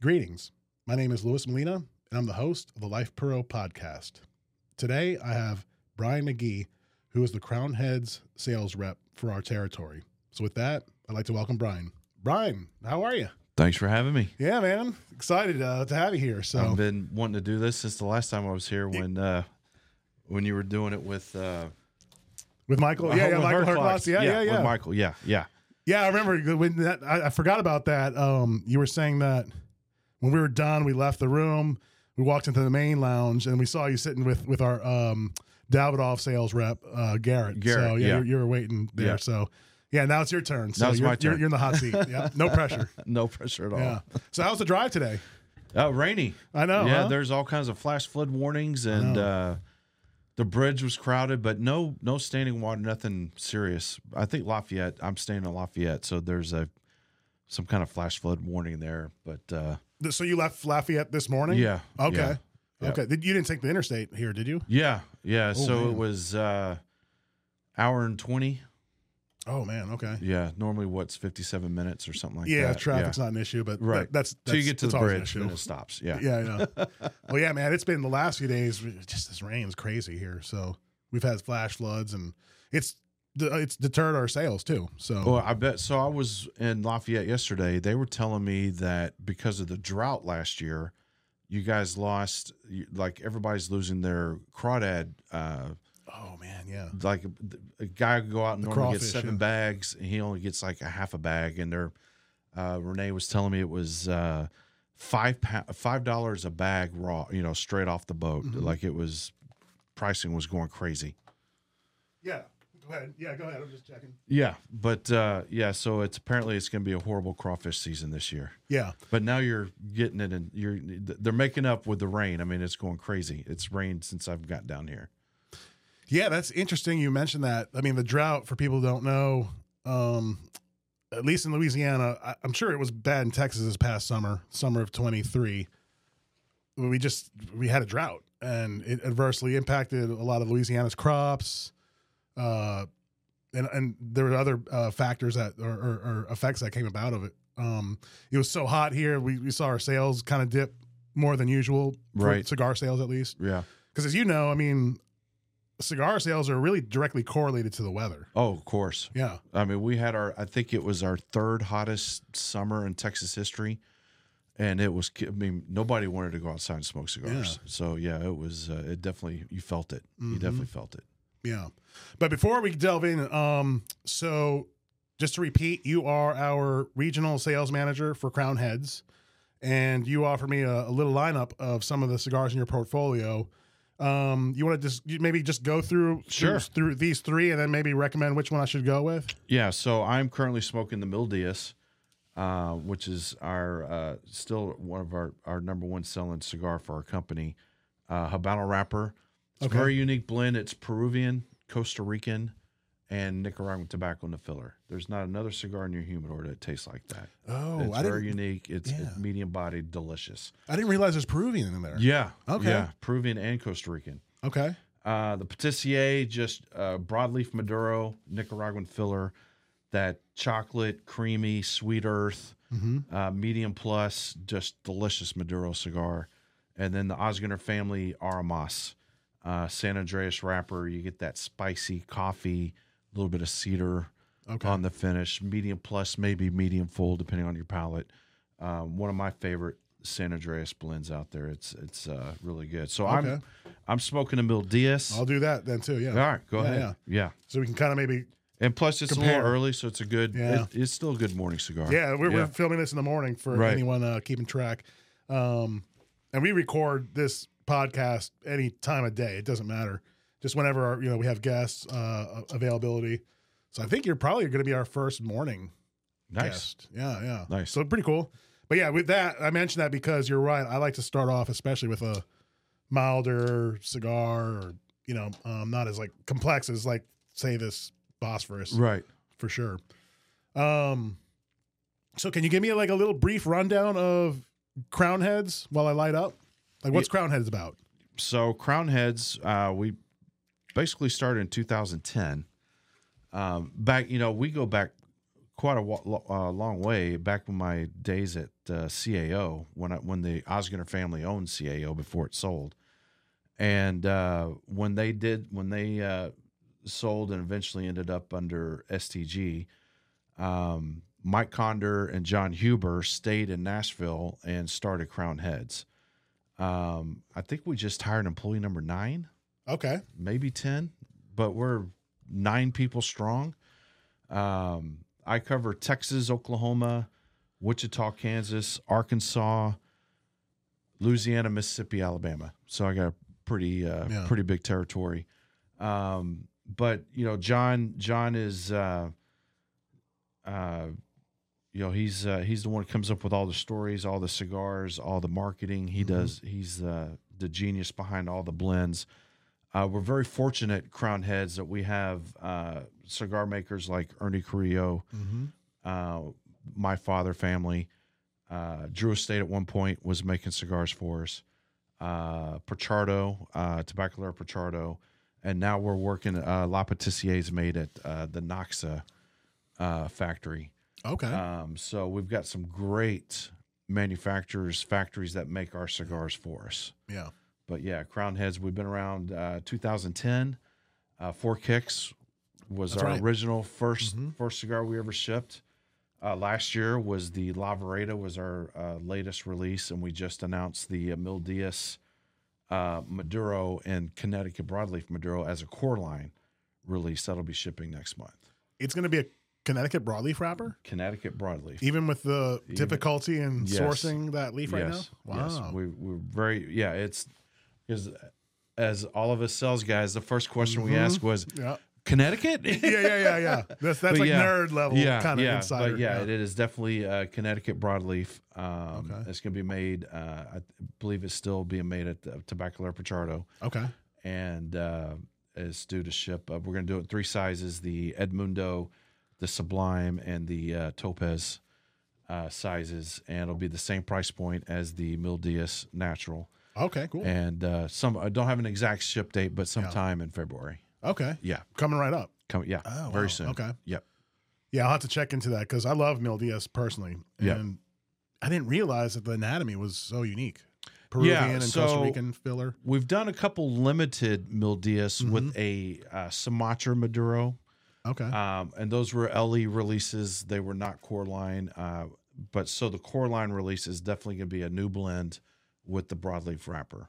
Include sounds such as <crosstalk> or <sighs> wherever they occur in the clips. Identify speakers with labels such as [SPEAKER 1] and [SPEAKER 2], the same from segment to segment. [SPEAKER 1] Greetings. My name is Louis Molina, and I'm the host of the Life Pro podcast. Today, I have Brian McGee, who is the Crown Heads sales rep for our territory. So, with that, I'd like to welcome Brian. Brian, how are you?
[SPEAKER 2] Thanks for having me.
[SPEAKER 1] Yeah, man. Excited uh, to have you here. So,
[SPEAKER 2] I've been wanting to do this since the last time I was here when uh, when you were doing it with uh,
[SPEAKER 1] with Michael, yeah, yeah,
[SPEAKER 2] with
[SPEAKER 1] Michael
[SPEAKER 2] Herclox.
[SPEAKER 1] Herclox. Yeah, yeah,
[SPEAKER 2] with
[SPEAKER 1] yeah.
[SPEAKER 2] Michael, yeah, yeah,
[SPEAKER 1] Yeah, I remember when that. I, I forgot about that. Um, you were saying that when we were done, we left the room, we walked into the main lounge, and we saw you sitting with with our um, Davidoff sales rep uh, Garrett. so
[SPEAKER 2] Garrett,
[SPEAKER 1] yeah,
[SPEAKER 2] yeah.
[SPEAKER 1] You're, you're waiting there.
[SPEAKER 2] Yeah.
[SPEAKER 1] So yeah, now it's your turn. So
[SPEAKER 2] Now it's
[SPEAKER 1] you're,
[SPEAKER 2] my
[SPEAKER 1] You're,
[SPEAKER 2] turn.
[SPEAKER 1] you're in the hot seat. yeah, <laughs>
[SPEAKER 2] <laughs>
[SPEAKER 1] no pressure.
[SPEAKER 2] no pressure at all.
[SPEAKER 1] Yeah. So how's the drive today?
[SPEAKER 2] Uh, rainy.
[SPEAKER 1] I know.
[SPEAKER 2] yeah,
[SPEAKER 1] Oh, huh?
[SPEAKER 2] there's all kinds of flash flood warnings, and
[SPEAKER 1] know.
[SPEAKER 2] uh, the bridge was crowded, but no, no standing water, nothing serious. I think Lafayette. I'm staying in Lafayette, so there's a some kind of flash flood warning there. But uh,
[SPEAKER 1] So you left Lafayette this morning?
[SPEAKER 2] yeah,
[SPEAKER 1] Okay.
[SPEAKER 2] yeah. Yeah.
[SPEAKER 1] Okay. Did- You didn't take the interstate here, did you?
[SPEAKER 2] yeah, yeah. so
[SPEAKER 1] Oh, man.
[SPEAKER 2] it was uh, hour and twenty.
[SPEAKER 1] Oh man. Okay.
[SPEAKER 2] Yeah, normally what's fifty-seven minutes or something like that.
[SPEAKER 1] yeah, traffic's not an issue, but
[SPEAKER 2] Right.
[SPEAKER 1] that- that's,
[SPEAKER 2] Till you
[SPEAKER 1] that's-
[SPEAKER 2] get to
[SPEAKER 1] that's
[SPEAKER 2] the
[SPEAKER 1] always an
[SPEAKER 2] bridge
[SPEAKER 1] issue.
[SPEAKER 2] and it stops. Yeah.
[SPEAKER 1] yeah, I know. well, yeah, man, it's been the last few days. we- Just this rain's crazy here, so we've had flash floods, and it's uh, it's deterred our sales too. So
[SPEAKER 2] Well, I bet. So I was in Lafayette yesterday. They were telling me that because of the drought last year, you guys lost. you- Like everybody's losing their crawdad. Uh,
[SPEAKER 1] oh man, yeah,
[SPEAKER 2] like a guy could go out and
[SPEAKER 1] The
[SPEAKER 2] normally
[SPEAKER 1] crawfish,
[SPEAKER 2] gets seven
[SPEAKER 1] yeah.
[SPEAKER 2] bags, and he only gets like a half a bag. And they're uh, Renee was telling me it was uh, five pa- five dollars a bag raw. You know, straight off the boat.
[SPEAKER 1] Mhm.
[SPEAKER 2] Like it was pricing was going crazy.
[SPEAKER 1] yeah. Go ahead, yeah, go ahead. I'm just checking.
[SPEAKER 2] Yeah, but uh, yeah, so it's apparently it's going to be a horrible crawfish season this year.
[SPEAKER 1] Yeah,
[SPEAKER 2] But now you're getting it, and you're they're making up with the rain. I mean, it's going crazy. It's rained since I've got down here.
[SPEAKER 1] yeah, that's interesting. You mentioned that. I mean, the drought for people who don't know, um, at least in Louisiana, I, I'm sure it was bad in Texas this past summer, summer of 23. We just we had a drought, and it adversely impacted a lot of Louisiana's crops. uh, and and there were other uh, factors that or, or, or effects that came about of it. Um, it was so hot here. We, we saw our sales kind of dip more than usual, for
[SPEAKER 2] Right.
[SPEAKER 1] Cigar sales, at least,
[SPEAKER 2] Yeah.
[SPEAKER 1] because as you know, I mean, cigar sales are really directly correlated to the weather.
[SPEAKER 2] Oh, of course.
[SPEAKER 1] Yeah,
[SPEAKER 2] I mean, we had our I think it was our third hottest summer in Texas history, and it was. I mean, nobody wanted to go outside and smoke cigars. So yeah, it was. Uh, it definitely you felt it. You
[SPEAKER 1] Mhm.
[SPEAKER 2] definitely felt it.
[SPEAKER 1] yeah. But before we delve in, um, so just to repeat, you are our regional sales manager for Crown Heads, and you offer me a, a little lineup of some of the cigars in your portfolio. Um, you want to just you maybe just go through
[SPEAKER 2] Sure.
[SPEAKER 1] through, through these three, and then maybe recommend which one I should go with.
[SPEAKER 2] Yeah, so I'm currently smoking the Mildias, uh, which is our uh, still one of our, our number one selling cigar for our company, uh, Habano wrapper. It's
[SPEAKER 1] Okay.
[SPEAKER 2] a very unique blend. It's Peruvian, Costa Rican, and Nicaraguan tobacco in the filler. There's not another cigar in your humidor that tastes like that.
[SPEAKER 1] Oh,
[SPEAKER 2] it's
[SPEAKER 1] I
[SPEAKER 2] very
[SPEAKER 1] didn't
[SPEAKER 2] unique. It's,
[SPEAKER 1] yeah.
[SPEAKER 2] it's medium bodied, delicious.
[SPEAKER 1] I didn't realize there's Peruvian in there.
[SPEAKER 2] Yeah.
[SPEAKER 1] Okay.
[SPEAKER 2] Yeah. Peruvian and Costa Rican.
[SPEAKER 1] Okay.
[SPEAKER 2] Uh, the patissier, just uh, broadleaf Maduro, Nicaraguan filler, that chocolate, creamy, sweet earth,
[SPEAKER 1] Mm-hmm.
[SPEAKER 2] uh, medium plus, just delicious Maduro cigar. And then the Osgener family Aramas, uh, San Andreas wrapper. You get that spicy coffee, a little bit of cedar
[SPEAKER 1] Okay.
[SPEAKER 2] on the finish, medium plus, maybe medium full, depending on your palate. Um, one of my favorite San Andreas blends out there. It's it's uh, really good. So
[SPEAKER 1] Okay.
[SPEAKER 2] I'm I'm smoking a Mildias.
[SPEAKER 1] I'll do that then too. Yeah.
[SPEAKER 2] All right, go
[SPEAKER 1] Yeah,
[SPEAKER 2] ahead.
[SPEAKER 1] yeah.
[SPEAKER 2] Yeah.
[SPEAKER 1] So we can kind of maybe
[SPEAKER 2] And plus, it's a
[SPEAKER 1] Compare.
[SPEAKER 2] little early, so it's a good.
[SPEAKER 1] Yeah.
[SPEAKER 2] It, it's still a good morning cigar.
[SPEAKER 1] Yeah, we're, we're filming this in the morning for
[SPEAKER 2] Right.
[SPEAKER 1] anyone uh, keeping track. Um, and we record this podcast any time of day. It doesn't matter. Just whenever our, you know we have guests uh, availability. So I think you're probably going to be our first morning
[SPEAKER 2] nice.
[SPEAKER 1] guest. Yeah, yeah.
[SPEAKER 2] Nice.
[SPEAKER 1] So pretty cool. But yeah, with that, I mentioned that because you're right. I like to start off, especially with a milder cigar, or you know, um, not as like complex as like say this Bosphorus
[SPEAKER 2] Right.
[SPEAKER 1] for sure. Um, so can you give me like a little brief rundown of Crown Heads while I light up? Like, what's Crown Heads about?
[SPEAKER 2] So Crown Heads, uh, we basically started in 2010. Um, back, you know, we go back quite a wa- lo- uh, long way. Back in my days at uh, CAO when I, when the Osgood family owned CAO before it sold, and uh, when they did when they uh, sold and eventually ended up under STG, um, Mike Conder and John Huber stayed in Nashville and started Crown Heads. Um, I think we just hired employee number nine
[SPEAKER 1] Okay.
[SPEAKER 2] maybe 10 but we're nine people strong um, i cover texas oklahoma wichita kansas arkansas louisiana mississippi alabama so i got a pretty uh,
[SPEAKER 1] Yeah.
[SPEAKER 2] pretty big territory um, but you know john john is uh, uh, you know he's uh, he's the one that comes up with all the stories all the cigars all the marketing he
[SPEAKER 1] Mhm.
[SPEAKER 2] does he's uh, the genius behind all the blends uh, we're very fortunate, Crown Heads, that we have uh, cigar makers like Ernie Carrillo,
[SPEAKER 1] Mm-hmm.
[SPEAKER 2] uh, my father family. Uh, Drew Estate at one point was making cigars for us. Uh, Pichardo, uh, Tabacalera Pichardo. And now we're working, uh, La Patissier's made at uh, the Noxa uh, factory.
[SPEAKER 1] Okay.
[SPEAKER 2] Um, so we've got some great manufacturers, factories that make our cigars for us
[SPEAKER 1] yeah.
[SPEAKER 2] but yeah, Crown Heads. We've been around uh, 2010. Uh, Four Kicks was
[SPEAKER 1] That's
[SPEAKER 2] our
[SPEAKER 1] right.
[SPEAKER 2] original 1st
[SPEAKER 1] Mhm.
[SPEAKER 2] first cigar we ever shipped. Uh, last year was the Lavareda was our uh, latest release, and we just announced the uh, Mildias uh, Maduro and Connecticut Broadleaf Maduro as a core line release that'll be shipping next month.
[SPEAKER 1] It's going to be a Connecticut broadleaf wrapper,
[SPEAKER 2] Connecticut Broadleaf.
[SPEAKER 1] even with the
[SPEAKER 2] Even-
[SPEAKER 1] difficulty in
[SPEAKER 2] Yes.
[SPEAKER 1] sourcing that leaf right now. Wow.
[SPEAKER 2] we, we're very yeah. It's because as all of us sales guys, the first question we
[SPEAKER 1] Mhm.
[SPEAKER 2] asked was
[SPEAKER 1] yeah.
[SPEAKER 2] Connecticut.
[SPEAKER 1] <laughs> Yeah.
[SPEAKER 2] <laughs>
[SPEAKER 1] Yeah. Yeah. Yeah. That's that's
[SPEAKER 2] But
[SPEAKER 1] like
[SPEAKER 2] yeah.
[SPEAKER 1] nerd level kind of
[SPEAKER 2] yeah,
[SPEAKER 1] insider.
[SPEAKER 2] But yeah, it is definitely uh, Connecticut broadleaf. Um,
[SPEAKER 1] Okay.
[SPEAKER 2] It's going to be made, uh, I th- believe it's still being made at the Tabacalera Pichardo
[SPEAKER 1] Okay.
[SPEAKER 2] and uh, is due to ship. Uh, we're going to do it in three sizes the Edmundo, the Sublime, and the uh, Topaz uh, sizes. And it'll be the same price point as the Mildias Natural.
[SPEAKER 1] Okay. Cool.
[SPEAKER 2] And uh, some, I don't have an exact ship date, but sometime in February.
[SPEAKER 1] Okay.
[SPEAKER 2] Yeah.
[SPEAKER 1] Coming right up.
[SPEAKER 2] Come, yeah.
[SPEAKER 1] Oh,
[SPEAKER 2] very
[SPEAKER 1] wow.
[SPEAKER 2] soon.
[SPEAKER 1] Okay.
[SPEAKER 2] Yep.
[SPEAKER 1] Yeah, I'll have to check into that because I love Mil Diaz personally, and
[SPEAKER 2] Yeah.
[SPEAKER 1] I didn't realize that the anatomy was so unique. Peruvian and
[SPEAKER 2] so-
[SPEAKER 1] Costa Rican filler.
[SPEAKER 2] We've done a couple limited Mildias
[SPEAKER 1] Mm-hmm.
[SPEAKER 2] with a uh, Sumatra Maduro,
[SPEAKER 1] Okay.
[SPEAKER 2] um, and those were LE releases. They were not core line, uh, but so the core line release is definitely going to be a new blend with the broadleaf wrapper.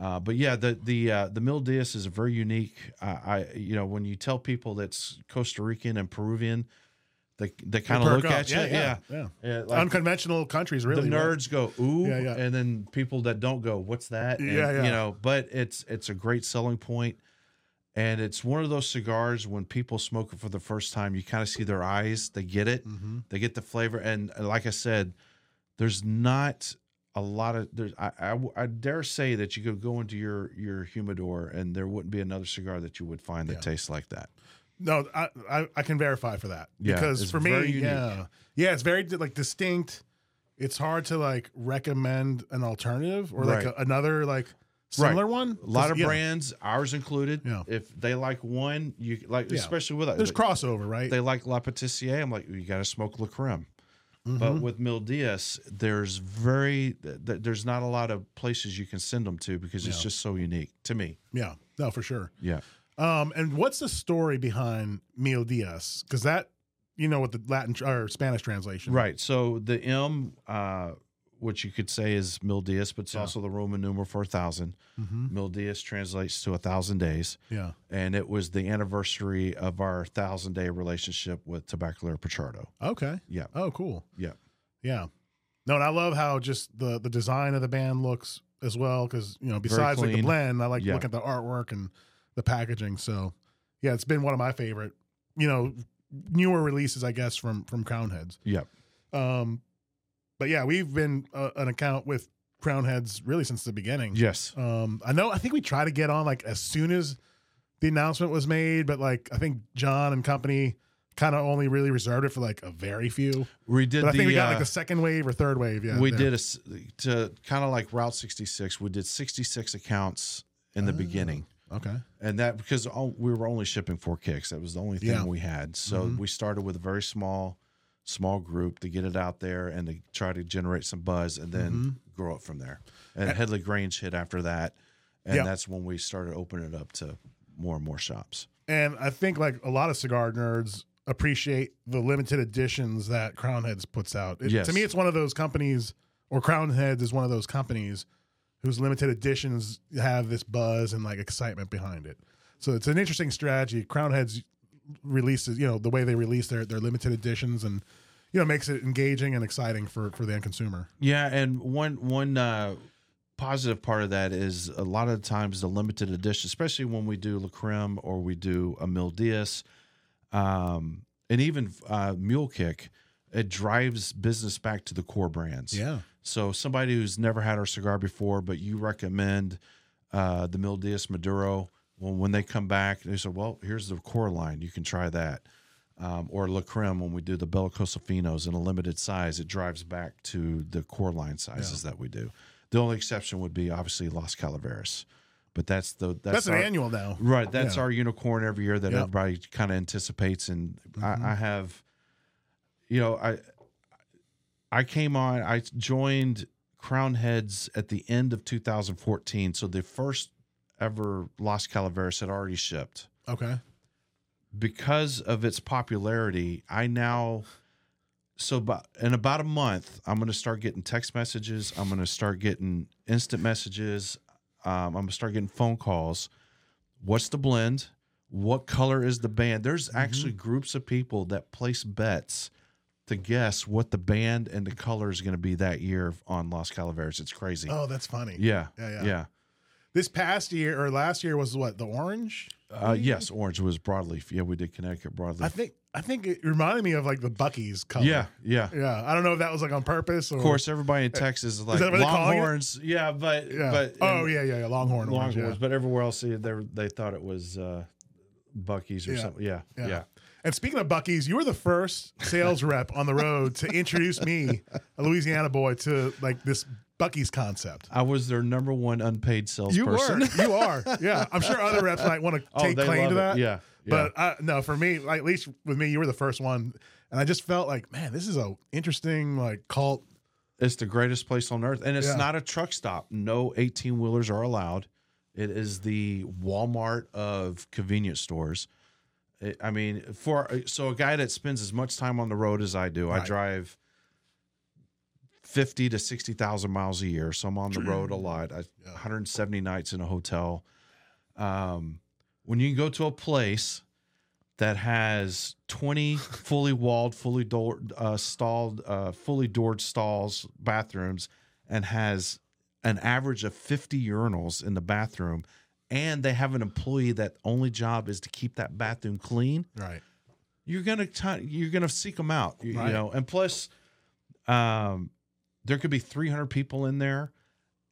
[SPEAKER 2] Uh, but yeah, the the uh, the Mildias is very unique. Uh, I you know when you tell people that's Costa Rican and Peruvian, they they kind of
[SPEAKER 1] Perk
[SPEAKER 2] look
[SPEAKER 1] up.
[SPEAKER 2] at you, yeah,
[SPEAKER 1] yeah.
[SPEAKER 2] Yeah, like-
[SPEAKER 1] Unconventional countries, really.
[SPEAKER 2] the
[SPEAKER 1] right?
[SPEAKER 2] nerds go ooh,
[SPEAKER 1] Yeah, yeah.
[SPEAKER 2] and then people that don't go, what's that? And,
[SPEAKER 1] Yeah, yeah.
[SPEAKER 2] You know, but it's it's a great selling point, and it's one of those cigars when people smoke it for the first time, you kind of see their eyes, they get it,
[SPEAKER 1] Mhm.
[SPEAKER 2] they get the flavor, and uh, like I said, there's not a lot of there's I, I w- I dare say that you could go into your your humidor and there wouldn't be another cigar that you would find that
[SPEAKER 1] Yeah.
[SPEAKER 2] tastes like that.
[SPEAKER 1] No, I, I I can verify for that
[SPEAKER 2] Yeah,
[SPEAKER 1] because
[SPEAKER 2] it's
[SPEAKER 1] for me,
[SPEAKER 2] very unique.
[SPEAKER 1] yeah, yeah, it's very like distinct. It's hard to like recommend an alternative or like
[SPEAKER 2] Right.
[SPEAKER 1] a, another like
[SPEAKER 2] Right.
[SPEAKER 1] similar one.
[SPEAKER 2] A lot of
[SPEAKER 1] yeah,
[SPEAKER 2] brands, ours included.
[SPEAKER 1] Yeah.
[SPEAKER 2] If they like one, you like
[SPEAKER 1] Yeah.
[SPEAKER 2] especially with
[SPEAKER 1] There's crossover, right?
[SPEAKER 2] they like La Patisserie. I'm like, you got to smoke La Creme.
[SPEAKER 1] Mhm.
[SPEAKER 2] But with Mildias, there's very th- th- there's not a lot of places you can send them to because it's
[SPEAKER 1] Yeah.
[SPEAKER 2] just so unique to me.
[SPEAKER 1] yeah, no, for sure.
[SPEAKER 2] Yeah,
[SPEAKER 1] Um, and what's the story behind Mil Diaz? Because that, you know, with the Latin tr- or Spanish translation,
[SPEAKER 2] right. So the M, uh, which you could say is Mildias, but it's
[SPEAKER 1] Yeah.
[SPEAKER 2] also the Roman numeral for a thousand.
[SPEAKER 1] Mm-hmm.
[SPEAKER 2] Mildias translates to a thousand days,
[SPEAKER 1] Yeah.
[SPEAKER 2] and it was the anniversary of our thousand day relationship with Tabacalera Pichardo.
[SPEAKER 1] Okay.
[SPEAKER 2] Yeah.
[SPEAKER 1] Oh, cool.
[SPEAKER 2] Yeah.
[SPEAKER 1] Yeah. No, and I love how just the the design of the band looks as well, because you know, besides like the
[SPEAKER 2] clean.
[SPEAKER 1] blend, I like
[SPEAKER 2] Yeah.
[SPEAKER 1] looking at the artwork and the packaging. So, yeah, it's been one of my favorite, you know, newer releases, I guess, from from Crown Heads.
[SPEAKER 2] Yeah.
[SPEAKER 1] Um, but yeah, we've been uh, an account with Crown Heads really since the beginning.
[SPEAKER 2] Yes.
[SPEAKER 1] Um, I know. I think we tried to get on like as soon as the announcement was made, but like I think John and company kind of only really reserved it for like a very few.
[SPEAKER 2] We did.
[SPEAKER 1] But I
[SPEAKER 2] the,
[SPEAKER 1] think we got like
[SPEAKER 2] uh,
[SPEAKER 1] the second wave or third wave. Yeah,
[SPEAKER 2] we
[SPEAKER 1] yeah.
[SPEAKER 2] did a s to kind of like Route 66. We did 66 accounts in the
[SPEAKER 1] Oh.
[SPEAKER 2] beginning,
[SPEAKER 1] Okay.
[SPEAKER 2] and that because all, we were only shipping four kicks. That was the only thing
[SPEAKER 1] Yeah.
[SPEAKER 2] we had. So
[SPEAKER 1] Mhm.
[SPEAKER 2] we started with a very small small group to get it out there and to try to generate some buzz and then
[SPEAKER 1] Mm-hmm.
[SPEAKER 2] grow it from there. And Headley Grange hit after that. And
[SPEAKER 1] Yeah.
[SPEAKER 2] that's when we started opening it up to more and more shops.
[SPEAKER 1] And I think like a lot of cigar nerds appreciate the limited editions that Crown Heads puts out. It-
[SPEAKER 2] Yes.
[SPEAKER 1] To me, it's one of those companies, or Crown Heads is one of those companies whose limited editions have this buzz and like excitement behind it. So it's an interesting strategy. Crown Heads releases, you know, the way they release their their limited editions and you know makes it engaging and exciting for for the end consumer.
[SPEAKER 2] Yeah, and one one uh, positive part of that is a lot of the times the limited edition, especially when we do La Creme or we do a Mil Diaz, um, and even uh, Mule Kick, it drives business back to the core brands.
[SPEAKER 1] Yeah.
[SPEAKER 2] So somebody who's never had our cigar before, but you recommend uh, the Mil Diaz Maduro, well, when they come back, they say, well, here's the core line. You can try that. Um, or La Creme, when we do the Bellicoso Finos in a limited size, it drives back to the core line sizes that we do. The only exception would be obviously Los Calaveras, but that's the
[SPEAKER 1] That's,
[SPEAKER 2] that's,
[SPEAKER 1] an
[SPEAKER 2] our-
[SPEAKER 1] annual now.
[SPEAKER 2] Right, that's
[SPEAKER 1] Yeah.
[SPEAKER 2] our unicorn every year that
[SPEAKER 1] Yep. Mm-hmm.
[SPEAKER 2] everybody kind of anticipates, and I, I have, you know, I, I came on, I joined Crown Heads at the end of 2014, so the first ever Los Calaveras had already shipped
[SPEAKER 1] Okay.
[SPEAKER 2] because of its popularity, I now so about in about a month, I'm gonna start getting text messages. I'm gonna start getting instant messages. Um, I'm gonna start getting phone calls. What's the blend? What color is the band? There's
[SPEAKER 1] Mm-hmm.
[SPEAKER 2] actually groups of people that place bets to guess what the band and the color is gonna be that year on Los Calaveras. It's crazy.
[SPEAKER 1] Oh, that's funny.
[SPEAKER 2] yeah,
[SPEAKER 1] Yeah, yeah.
[SPEAKER 2] yeah, yeah.
[SPEAKER 1] This past year or last year was what the orange.
[SPEAKER 2] Uh, yes, orange was broadleaf. Yeah, we did Connecticut broadleaf.
[SPEAKER 1] Oh, I think I think it reminded me of like the Bucky's color.
[SPEAKER 2] yeah, yeah.
[SPEAKER 1] yeah. I don't know if that was like on purpose. Or, Eh,
[SPEAKER 2] Of course, everybody in Texas is like
[SPEAKER 1] that what they're calling it?
[SPEAKER 2] Longhorns. Yeah, but
[SPEAKER 1] yeah.
[SPEAKER 2] but
[SPEAKER 1] oh
[SPEAKER 2] and
[SPEAKER 1] yeah, yeah, yeah, Longhorn.
[SPEAKER 2] Longhorns.
[SPEAKER 1] orange, yeah.
[SPEAKER 2] But everywhere else, they they, they thought it was uh, Bucky's or
[SPEAKER 1] Yeah.
[SPEAKER 2] something. Yeah,
[SPEAKER 1] Yeah.
[SPEAKER 2] yeah,
[SPEAKER 1] And speaking of Bucky's, you were the first sales rep on the road to introduce me, a Louisiana boy, to like this Bucky's concept.
[SPEAKER 2] I was their number one unpaid
[SPEAKER 1] You
[SPEAKER 2] salesperson.
[SPEAKER 1] were, <laughs> you are, yeah. I'm sure other reps might want to
[SPEAKER 2] oh,
[SPEAKER 1] take
[SPEAKER 2] they
[SPEAKER 1] claim
[SPEAKER 2] love
[SPEAKER 1] to that.
[SPEAKER 2] It. Yeah, yeah.
[SPEAKER 1] But I, no, for me, like, at least with me, you were the first one, and I just felt like, man, this is a interesting like cult.
[SPEAKER 2] it's the greatest place on earth, and it's
[SPEAKER 1] Yeah.
[SPEAKER 2] not a truck stop. No eighteen wheelers are allowed. It is the Walmart of convenience stores. It, I mean, for so a guy that spends as much time on the road as I do, I
[SPEAKER 1] Right.
[SPEAKER 2] drive fifty to sixty thousand miles a year, so I'm on the road a lot. I,
[SPEAKER 1] Mm. Yeah.
[SPEAKER 2] 170 nights in a hotel. Um, when you can go to a place that has 20 fully walled, fully door uh, stalled, uh, fully doored stalls, bathrooms, and has an average of 50 urinals in the bathroom, and they have an employee that only job is to keep that bathroom clean
[SPEAKER 1] Right.
[SPEAKER 2] you're gonna t- you're gonna seek them out, you, you
[SPEAKER 1] Right.
[SPEAKER 2] know. And plus, um, there could be 300 people in there,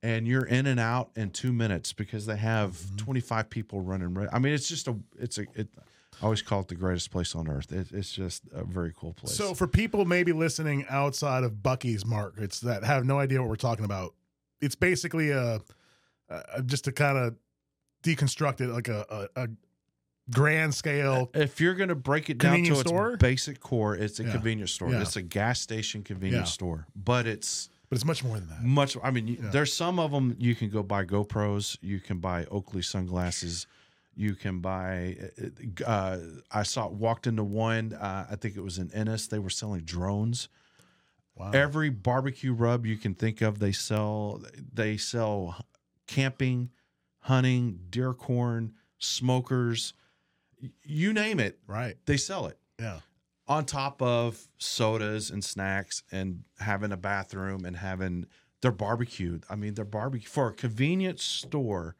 [SPEAKER 2] and you're in and out in two minutes because they have
[SPEAKER 1] Mm-hmm.
[SPEAKER 2] 25 people running. re- I mean, it's just a it's a it. I always call it the greatest place on earth. It, it's just a very cool place.
[SPEAKER 1] So for people maybe listening outside of Bucky's markets that have no idea what we're talking about, it's basically a, a just to kind of deconstruct it like a a, a grand scale.
[SPEAKER 2] if you're gonna break it down to
[SPEAKER 1] Convenience
[SPEAKER 2] its
[SPEAKER 1] store?
[SPEAKER 2] basic core, it's a
[SPEAKER 1] Yeah.
[SPEAKER 2] convenience store.
[SPEAKER 1] Yeah.
[SPEAKER 2] It's a gas station convenience
[SPEAKER 1] Yeah.
[SPEAKER 2] store, but it's
[SPEAKER 1] But it's much more than that.
[SPEAKER 2] much i mean you
[SPEAKER 1] Yeah.
[SPEAKER 2] there's some of them you can go buy gopro's you can buy oakley sunglasses you can buy uh, i saw walked into one uh, i think it was in ennis they were selling drones
[SPEAKER 1] Wow.
[SPEAKER 2] every barbecue rub you can think of they sell they sell camping hunting deer corn smokers y- you name it
[SPEAKER 1] right.
[SPEAKER 2] they sell it
[SPEAKER 1] Yeah.
[SPEAKER 2] on top of sodas and snacks and having a bathroom and having they're barbecued. I mean, they're barbecue for a convenience store.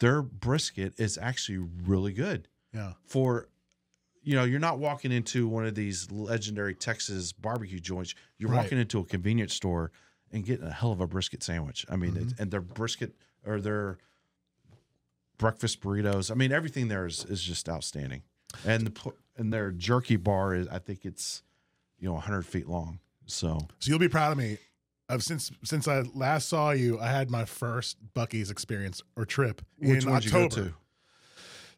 [SPEAKER 2] Their brisket is actually really good
[SPEAKER 1] Yeah.
[SPEAKER 2] for you know, you're not walking into one of these legendary Texas barbecue joints. You're
[SPEAKER 1] Right.
[SPEAKER 2] walking into a convenience store and getting a hell of a brisket sandwich. I mean,
[SPEAKER 1] Mm-hmm.
[SPEAKER 2] it's and their brisket or their breakfast burritos. I mean, everything there is is just outstanding. And the pl- and their jerky bar is, I think it's, you know, 100 feet long. So
[SPEAKER 1] So you'll be proud of me. I've since since I last saw you, I had my first Bucky's experience or trip in October.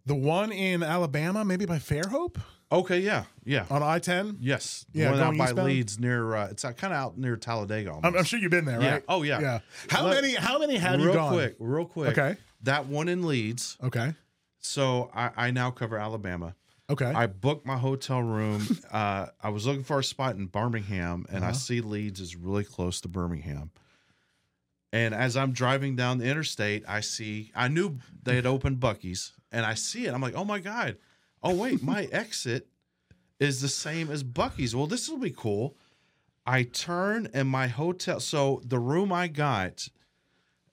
[SPEAKER 1] The one in Alabama, maybe by Fairhope
[SPEAKER 2] Okay, yeah, yeah,
[SPEAKER 1] on I 10.
[SPEAKER 2] yes, the
[SPEAKER 1] Yeah,
[SPEAKER 2] one out
[SPEAKER 1] going
[SPEAKER 2] by
[SPEAKER 1] eastbound?
[SPEAKER 2] Leeds near. Uh, it's kind of out near Talladega. Almost.
[SPEAKER 1] I'm, I'm sure you've been there,
[SPEAKER 2] Yeah.
[SPEAKER 1] right?
[SPEAKER 2] Oh, yeah.
[SPEAKER 1] How
[SPEAKER 2] Let-
[SPEAKER 1] many? How many have
[SPEAKER 2] real
[SPEAKER 1] you gone?
[SPEAKER 2] quick, real quick.
[SPEAKER 1] Okay.
[SPEAKER 2] that one in Leeds.
[SPEAKER 1] Okay.
[SPEAKER 2] So I, I now cover Alabama.
[SPEAKER 1] Okay.
[SPEAKER 2] I booked my hotel room. <laughs> uh, I was looking for a spot in Birmingham, and
[SPEAKER 1] Uh-huh.
[SPEAKER 2] I see Leeds is really close to Birmingham. And as I'm driving down the interstate, I see I knew they had opened Bucky's, and I see it. I'm like, oh my god!
[SPEAKER 1] <laughs>
[SPEAKER 2] Oh wait, my exit is the same as Bucky's. Well, this will be cool. I turn and my hotel. So the room I got,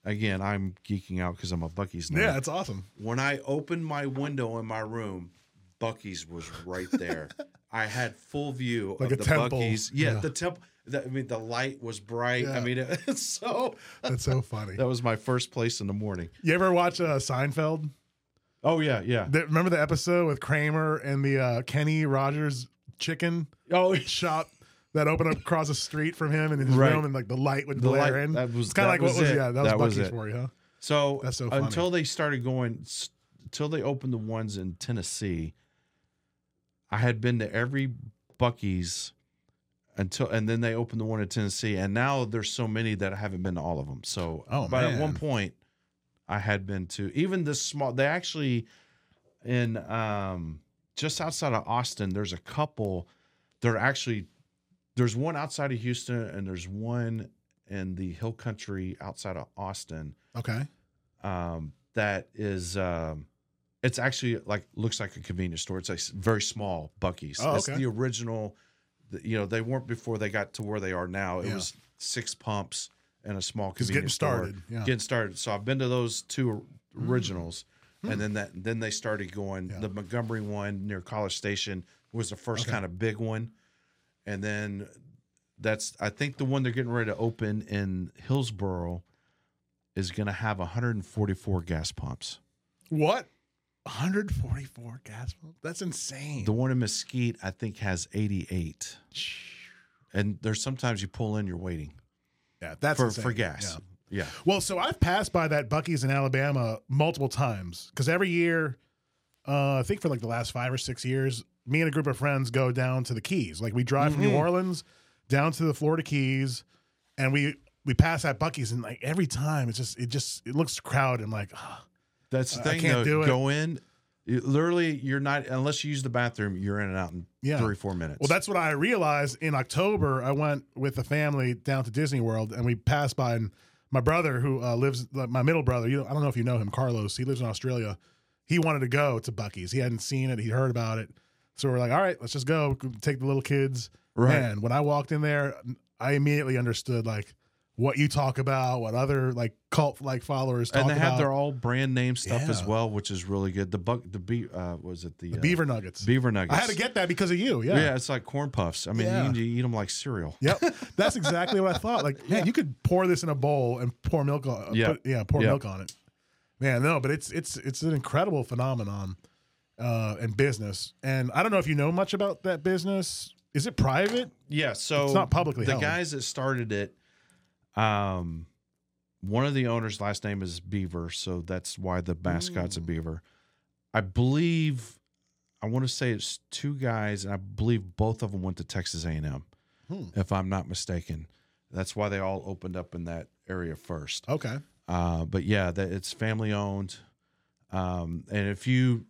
[SPEAKER 2] again, I'm geeking out because I'm a Bucky's nerd
[SPEAKER 1] yeah, it's
[SPEAKER 2] <laughs>
[SPEAKER 1] awesome.
[SPEAKER 2] when I opened my window in my room, Bucky's was right there. I had full view
[SPEAKER 1] <laughs> Like a
[SPEAKER 2] of the
[SPEAKER 1] temple.
[SPEAKER 2] Bucky's. Yeah,
[SPEAKER 1] Yeah.
[SPEAKER 2] the temple. that- I mean, the light was bright.
[SPEAKER 1] Yeah.
[SPEAKER 2] I mean, <laughs> it, so
[SPEAKER 1] That's so funny.
[SPEAKER 2] that was my first place in the morning.
[SPEAKER 1] You ever watch uh, Seinfeld?
[SPEAKER 2] Oh yeah, yeah.
[SPEAKER 1] The- remember the episode with Kramer and the uh, Kenny Rogers chicken
[SPEAKER 2] Oh, <laughs>
[SPEAKER 1] shop that opened up across the street from him in his
[SPEAKER 2] Right.
[SPEAKER 1] room, and like the light would
[SPEAKER 2] The
[SPEAKER 1] glare
[SPEAKER 2] light-
[SPEAKER 1] in.
[SPEAKER 2] that was-
[SPEAKER 1] it's kind
[SPEAKER 2] that
[SPEAKER 1] of like
[SPEAKER 2] was
[SPEAKER 1] what was
[SPEAKER 2] it.
[SPEAKER 1] yeah that was
[SPEAKER 2] That was
[SPEAKER 1] Bucky's
[SPEAKER 2] it.
[SPEAKER 1] for you, huh?
[SPEAKER 2] so
[SPEAKER 1] That's so funny.
[SPEAKER 2] until they started going, s- until they opened the ones in Tennessee, I had been to every Bucky's until, and then they opened the one in Tennessee, and now there's so many that I haven't been to all of them. So,
[SPEAKER 1] Oh,
[SPEAKER 2] but at
[SPEAKER 1] man.
[SPEAKER 2] one point, I had been to even this small. They actually in um just outside of Austin, there's a couple. They're actually there's one outside of Houston, and there's one in the hill country outside of Austin
[SPEAKER 1] Okay.
[SPEAKER 2] um, that is um, it's actually like looks like a convenience store. It's like s- very small Bucky's.
[SPEAKER 1] Oh,
[SPEAKER 2] It's
[SPEAKER 1] okay.
[SPEAKER 2] the original. th- You know, they weren't before they got to where they are now. It
[SPEAKER 1] Yeah.
[SPEAKER 2] was six pumps and a small
[SPEAKER 1] Just getting
[SPEAKER 2] convenience store.
[SPEAKER 1] started. Yeah.
[SPEAKER 2] Getting started. So I've been to those two originals, and then that then they started going.
[SPEAKER 1] Hmm. Yeah.
[SPEAKER 2] The Montgomery one near College Station was the first
[SPEAKER 1] Okay.
[SPEAKER 2] kind of big one, and then that's I think the one they're getting ready to open in Hillsboro is going to have 144 gas pumps.
[SPEAKER 1] what? 144 gas pumps? That's insane.
[SPEAKER 2] The one in Mesquite I think has 88, and there's sometimes you pull in, you're waiting
[SPEAKER 1] yeah, that's
[SPEAKER 2] for
[SPEAKER 1] insane.
[SPEAKER 2] for gas.
[SPEAKER 1] Yeah.
[SPEAKER 2] Yeah.
[SPEAKER 1] Well, so I've passed by that Bucky's in Alabama multiple times because every year, uh, I think for like the last five or six years, me and a group of friends go down to the Keys. Like we drive from New Orleans down to the Florida Keys, and we we pass that Bucky's, and like every time it's just it just it looks crowded. I'm like, "Ah,
[SPEAKER 2] That's the
[SPEAKER 1] I
[SPEAKER 2] thing.
[SPEAKER 1] can't
[SPEAKER 2] though.
[SPEAKER 1] do it.
[SPEAKER 2] Go in. you- literally, you're not unless you use the bathroom. You're in and out in
[SPEAKER 1] Yeah.
[SPEAKER 2] three four minutes.
[SPEAKER 1] Well, that's what I realized in October. I went with the family down to Disney World, and we passed by and my brother, who uh, lives, like, my middle brother. You, I don't know if you know him, Carlos. He lives in Australia. He wanted to go to Bucky's. He hadn't seen it. He heard about it. So we're like, all right, let's just go. Take the little kids.
[SPEAKER 2] Right.
[SPEAKER 1] Man, when I walked in there, I immediately understood like what you talk about, what other like cult like followers talk
[SPEAKER 2] and they
[SPEAKER 1] about.
[SPEAKER 2] have their all brand name stuff as
[SPEAKER 1] Yeah.
[SPEAKER 2] well, which is really good. The buck, the be, uh, was it the, uh,
[SPEAKER 1] Beaver nuggets.
[SPEAKER 2] beaver nuggets?
[SPEAKER 1] I had to get that because of you.
[SPEAKER 2] Yeah. it's like corn puffs. I mean,
[SPEAKER 1] Yeah.
[SPEAKER 2] you, can eat them like cereal.
[SPEAKER 1] Yep, that's exactly what I thought. Like, man, you could pour this in a bowl and pour milk on.
[SPEAKER 2] Yeah.
[SPEAKER 1] Yeah, yeah, pour
[SPEAKER 2] Yeah.
[SPEAKER 1] milk on it. Man, no, but it's it's it's an incredible phenomenon uh, in business, and I don't know if you know much about that business. Is it private?
[SPEAKER 2] Yeah, so
[SPEAKER 1] It's not publicly
[SPEAKER 2] The
[SPEAKER 1] held.
[SPEAKER 2] guys that started it, um, one of the owners' last name is Beaver, so that's why the mascot's a
[SPEAKER 1] Hmm.
[SPEAKER 2] beaver. I believe, I want to say it's two guys, and I believe both of them went to Texas A and M,
[SPEAKER 1] Hmm.
[SPEAKER 2] if I'm not mistaken. That's why they all opened up in that area first.
[SPEAKER 1] Okay,
[SPEAKER 2] Uh, but yeah, that it's family owned. Um, and if you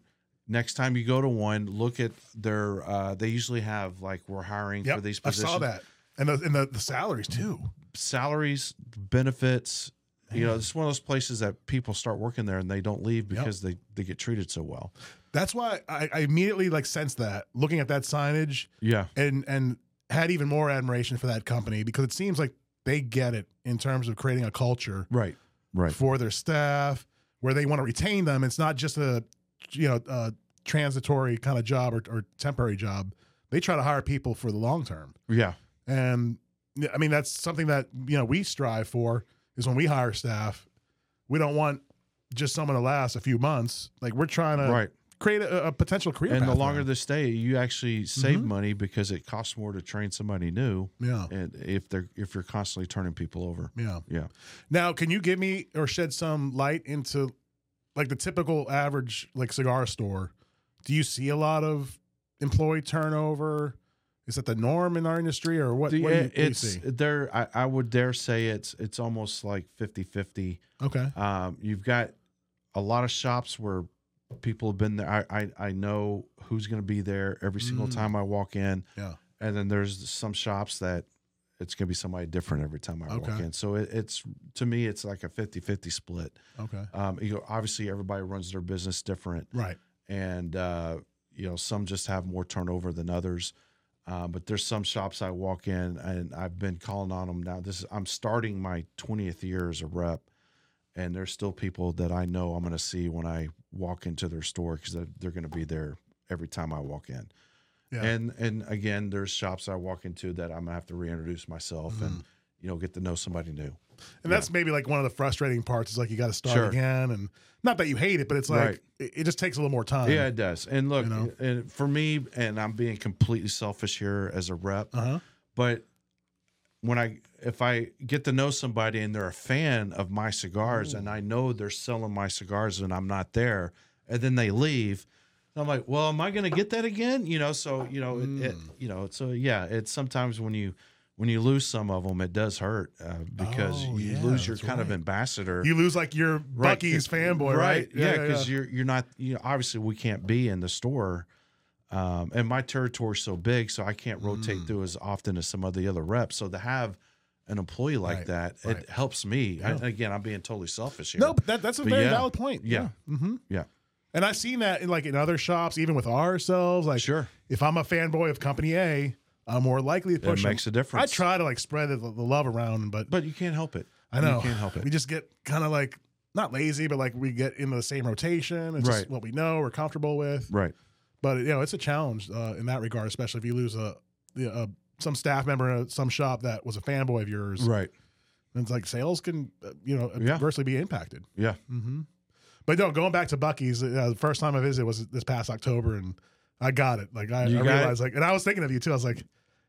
[SPEAKER 2] next time you go to one, look at their uh, they usually have like we're hiring
[SPEAKER 1] yep,
[SPEAKER 2] for these
[SPEAKER 1] I
[SPEAKER 2] positions.
[SPEAKER 1] saw that, and the and the, the salaries too.
[SPEAKER 2] Salaries, benefits. You know, it's one of those places that people start working there and they don't leave because they, they get treated so well.
[SPEAKER 1] That's why I, I immediately like sensed that looking at that signage
[SPEAKER 2] Yeah.
[SPEAKER 1] and and had even more admiration for that company because it seems like they get it in terms of creating a culture
[SPEAKER 2] Right. Right.
[SPEAKER 1] for their staff where they want to retain them it's not just a you know a transitory kind of job or, or temporary job they try to hire people for the long term
[SPEAKER 2] Yeah.
[SPEAKER 1] and yeah, i mean that's something that you know we strive for is when we hire staff we don't want just someone to last a few months like we're trying to
[SPEAKER 2] right.
[SPEAKER 1] create a, a potential career
[SPEAKER 2] And the
[SPEAKER 1] path
[SPEAKER 2] longer they stay, you actually save
[SPEAKER 1] Mhm.
[SPEAKER 2] money because it costs more to train somebody new
[SPEAKER 1] for them. yeah
[SPEAKER 2] and if they're if you're constantly turning people over.
[SPEAKER 1] Yeah.
[SPEAKER 2] Yeah.
[SPEAKER 1] Now, can you give me or shed some light into like the typical average like cigar store, do you see a lot of employee turnover? Is that the norm in our industry, or what?
[SPEAKER 2] The- eh,
[SPEAKER 1] what do you, what do you
[SPEAKER 2] it's
[SPEAKER 1] see?
[SPEAKER 2] there. I, I would dare say it's it's almost like 50 50.
[SPEAKER 1] Okay.
[SPEAKER 2] Um, you've got a lot of shops where people have been there. I I, I know who's going to be there every single
[SPEAKER 1] Mm.
[SPEAKER 2] time I walk in.
[SPEAKER 1] Yeah.
[SPEAKER 2] And then there's some shops that it's going to be somebody different every time I walk
[SPEAKER 1] Okay.
[SPEAKER 2] in. So it, it's to me it's like a 50-50 split.
[SPEAKER 1] Okay.
[SPEAKER 2] Um, you know, obviously everybody runs their business different,
[SPEAKER 1] Right.
[SPEAKER 2] and uh, you know some just have more turnover than others. Um, but there's some shops I walk in and I've been calling on them now. This is, I'm starting my 20th year as a rep, and there's still people that I know I'm going to see when I walk into their store because they're, they're going to be there every time I walk in.
[SPEAKER 1] Yeah.
[SPEAKER 2] And and again, there's shops I walk into that I'm going to have to reintroduce myself and
[SPEAKER 1] Mm-hmm.
[SPEAKER 2] you know get to know somebody new.
[SPEAKER 1] And that's maybe like one of the frustrating parts is like you got to start
[SPEAKER 2] Sure.
[SPEAKER 1] again, and not that you hate it, but it's like
[SPEAKER 2] Right.
[SPEAKER 1] it, it just takes a little more time.
[SPEAKER 2] yeah, it does. And look,
[SPEAKER 1] you know?
[SPEAKER 2] and for me, and I'm being completely selfish here as a rep.
[SPEAKER 1] Uh huh.
[SPEAKER 2] but when I if I get to know somebody and they're a fan of my cigars
[SPEAKER 1] Mm.
[SPEAKER 2] and I know they're selling my cigars and I'm not there and then they leave I'm like well am I going to get that again you know so you know it, it,
[SPEAKER 1] Mm.
[SPEAKER 2] you know so yeah it's sometimes when you when you lose some of them it does hurt uh, because
[SPEAKER 1] Oh,
[SPEAKER 2] you
[SPEAKER 1] yeah,
[SPEAKER 2] lose your
[SPEAKER 1] that's
[SPEAKER 2] kind of
[SPEAKER 1] right.
[SPEAKER 2] ambassador
[SPEAKER 1] You lose like your
[SPEAKER 2] Right.
[SPEAKER 1] Bucky's fanboy, right?
[SPEAKER 2] yeah because you're you're not you know obviously we can't be in the store um, and my territory's so big so i can't rotate
[SPEAKER 1] Mm.
[SPEAKER 2] through as often as some of the other reps so to have an employee like
[SPEAKER 1] Right,
[SPEAKER 2] that
[SPEAKER 1] right.
[SPEAKER 2] it helps me I-
[SPEAKER 1] Yeah.
[SPEAKER 2] again i'm being totally selfish here
[SPEAKER 1] No, but that, that's a
[SPEAKER 2] But
[SPEAKER 1] very
[SPEAKER 2] yeah.
[SPEAKER 1] valid point.
[SPEAKER 2] Yeah.
[SPEAKER 1] Mm-hmm.
[SPEAKER 2] Yeah.
[SPEAKER 1] And I've seen that in like in other shops, even with ourselves. Like,
[SPEAKER 2] sure
[SPEAKER 1] if I'm a fanboy of Company A, I'm more likely to
[SPEAKER 2] it
[SPEAKER 1] push.
[SPEAKER 2] makes a
[SPEAKER 1] them. I
[SPEAKER 2] difference
[SPEAKER 1] try to like spread the, the love around, but,
[SPEAKER 2] but you can't help it
[SPEAKER 1] I know
[SPEAKER 2] you can't
[SPEAKER 1] <laughs>
[SPEAKER 2] help
[SPEAKER 1] we
[SPEAKER 2] it
[SPEAKER 1] just get kind of like not lazy, but like we get into the same rotation. It's just
[SPEAKER 2] Right.
[SPEAKER 1] what we know, we're comfortable with.
[SPEAKER 2] right
[SPEAKER 1] But you know, it's a challenge uh, in that regard, especially if you lose a, the- a some staff member in some shop that was a fanboy of yours.
[SPEAKER 2] right
[SPEAKER 1] And it's like sales can, uh, you know,
[SPEAKER 2] Yeah.
[SPEAKER 1] adversely be impacted.
[SPEAKER 2] Yeah.
[SPEAKER 1] hmm But no, going back to Bucky's, uh, the first time I visited was this past October, and I got it. Like I, I
[SPEAKER 2] You got it?
[SPEAKER 1] realized, like, and I was thinking of you too. I was like,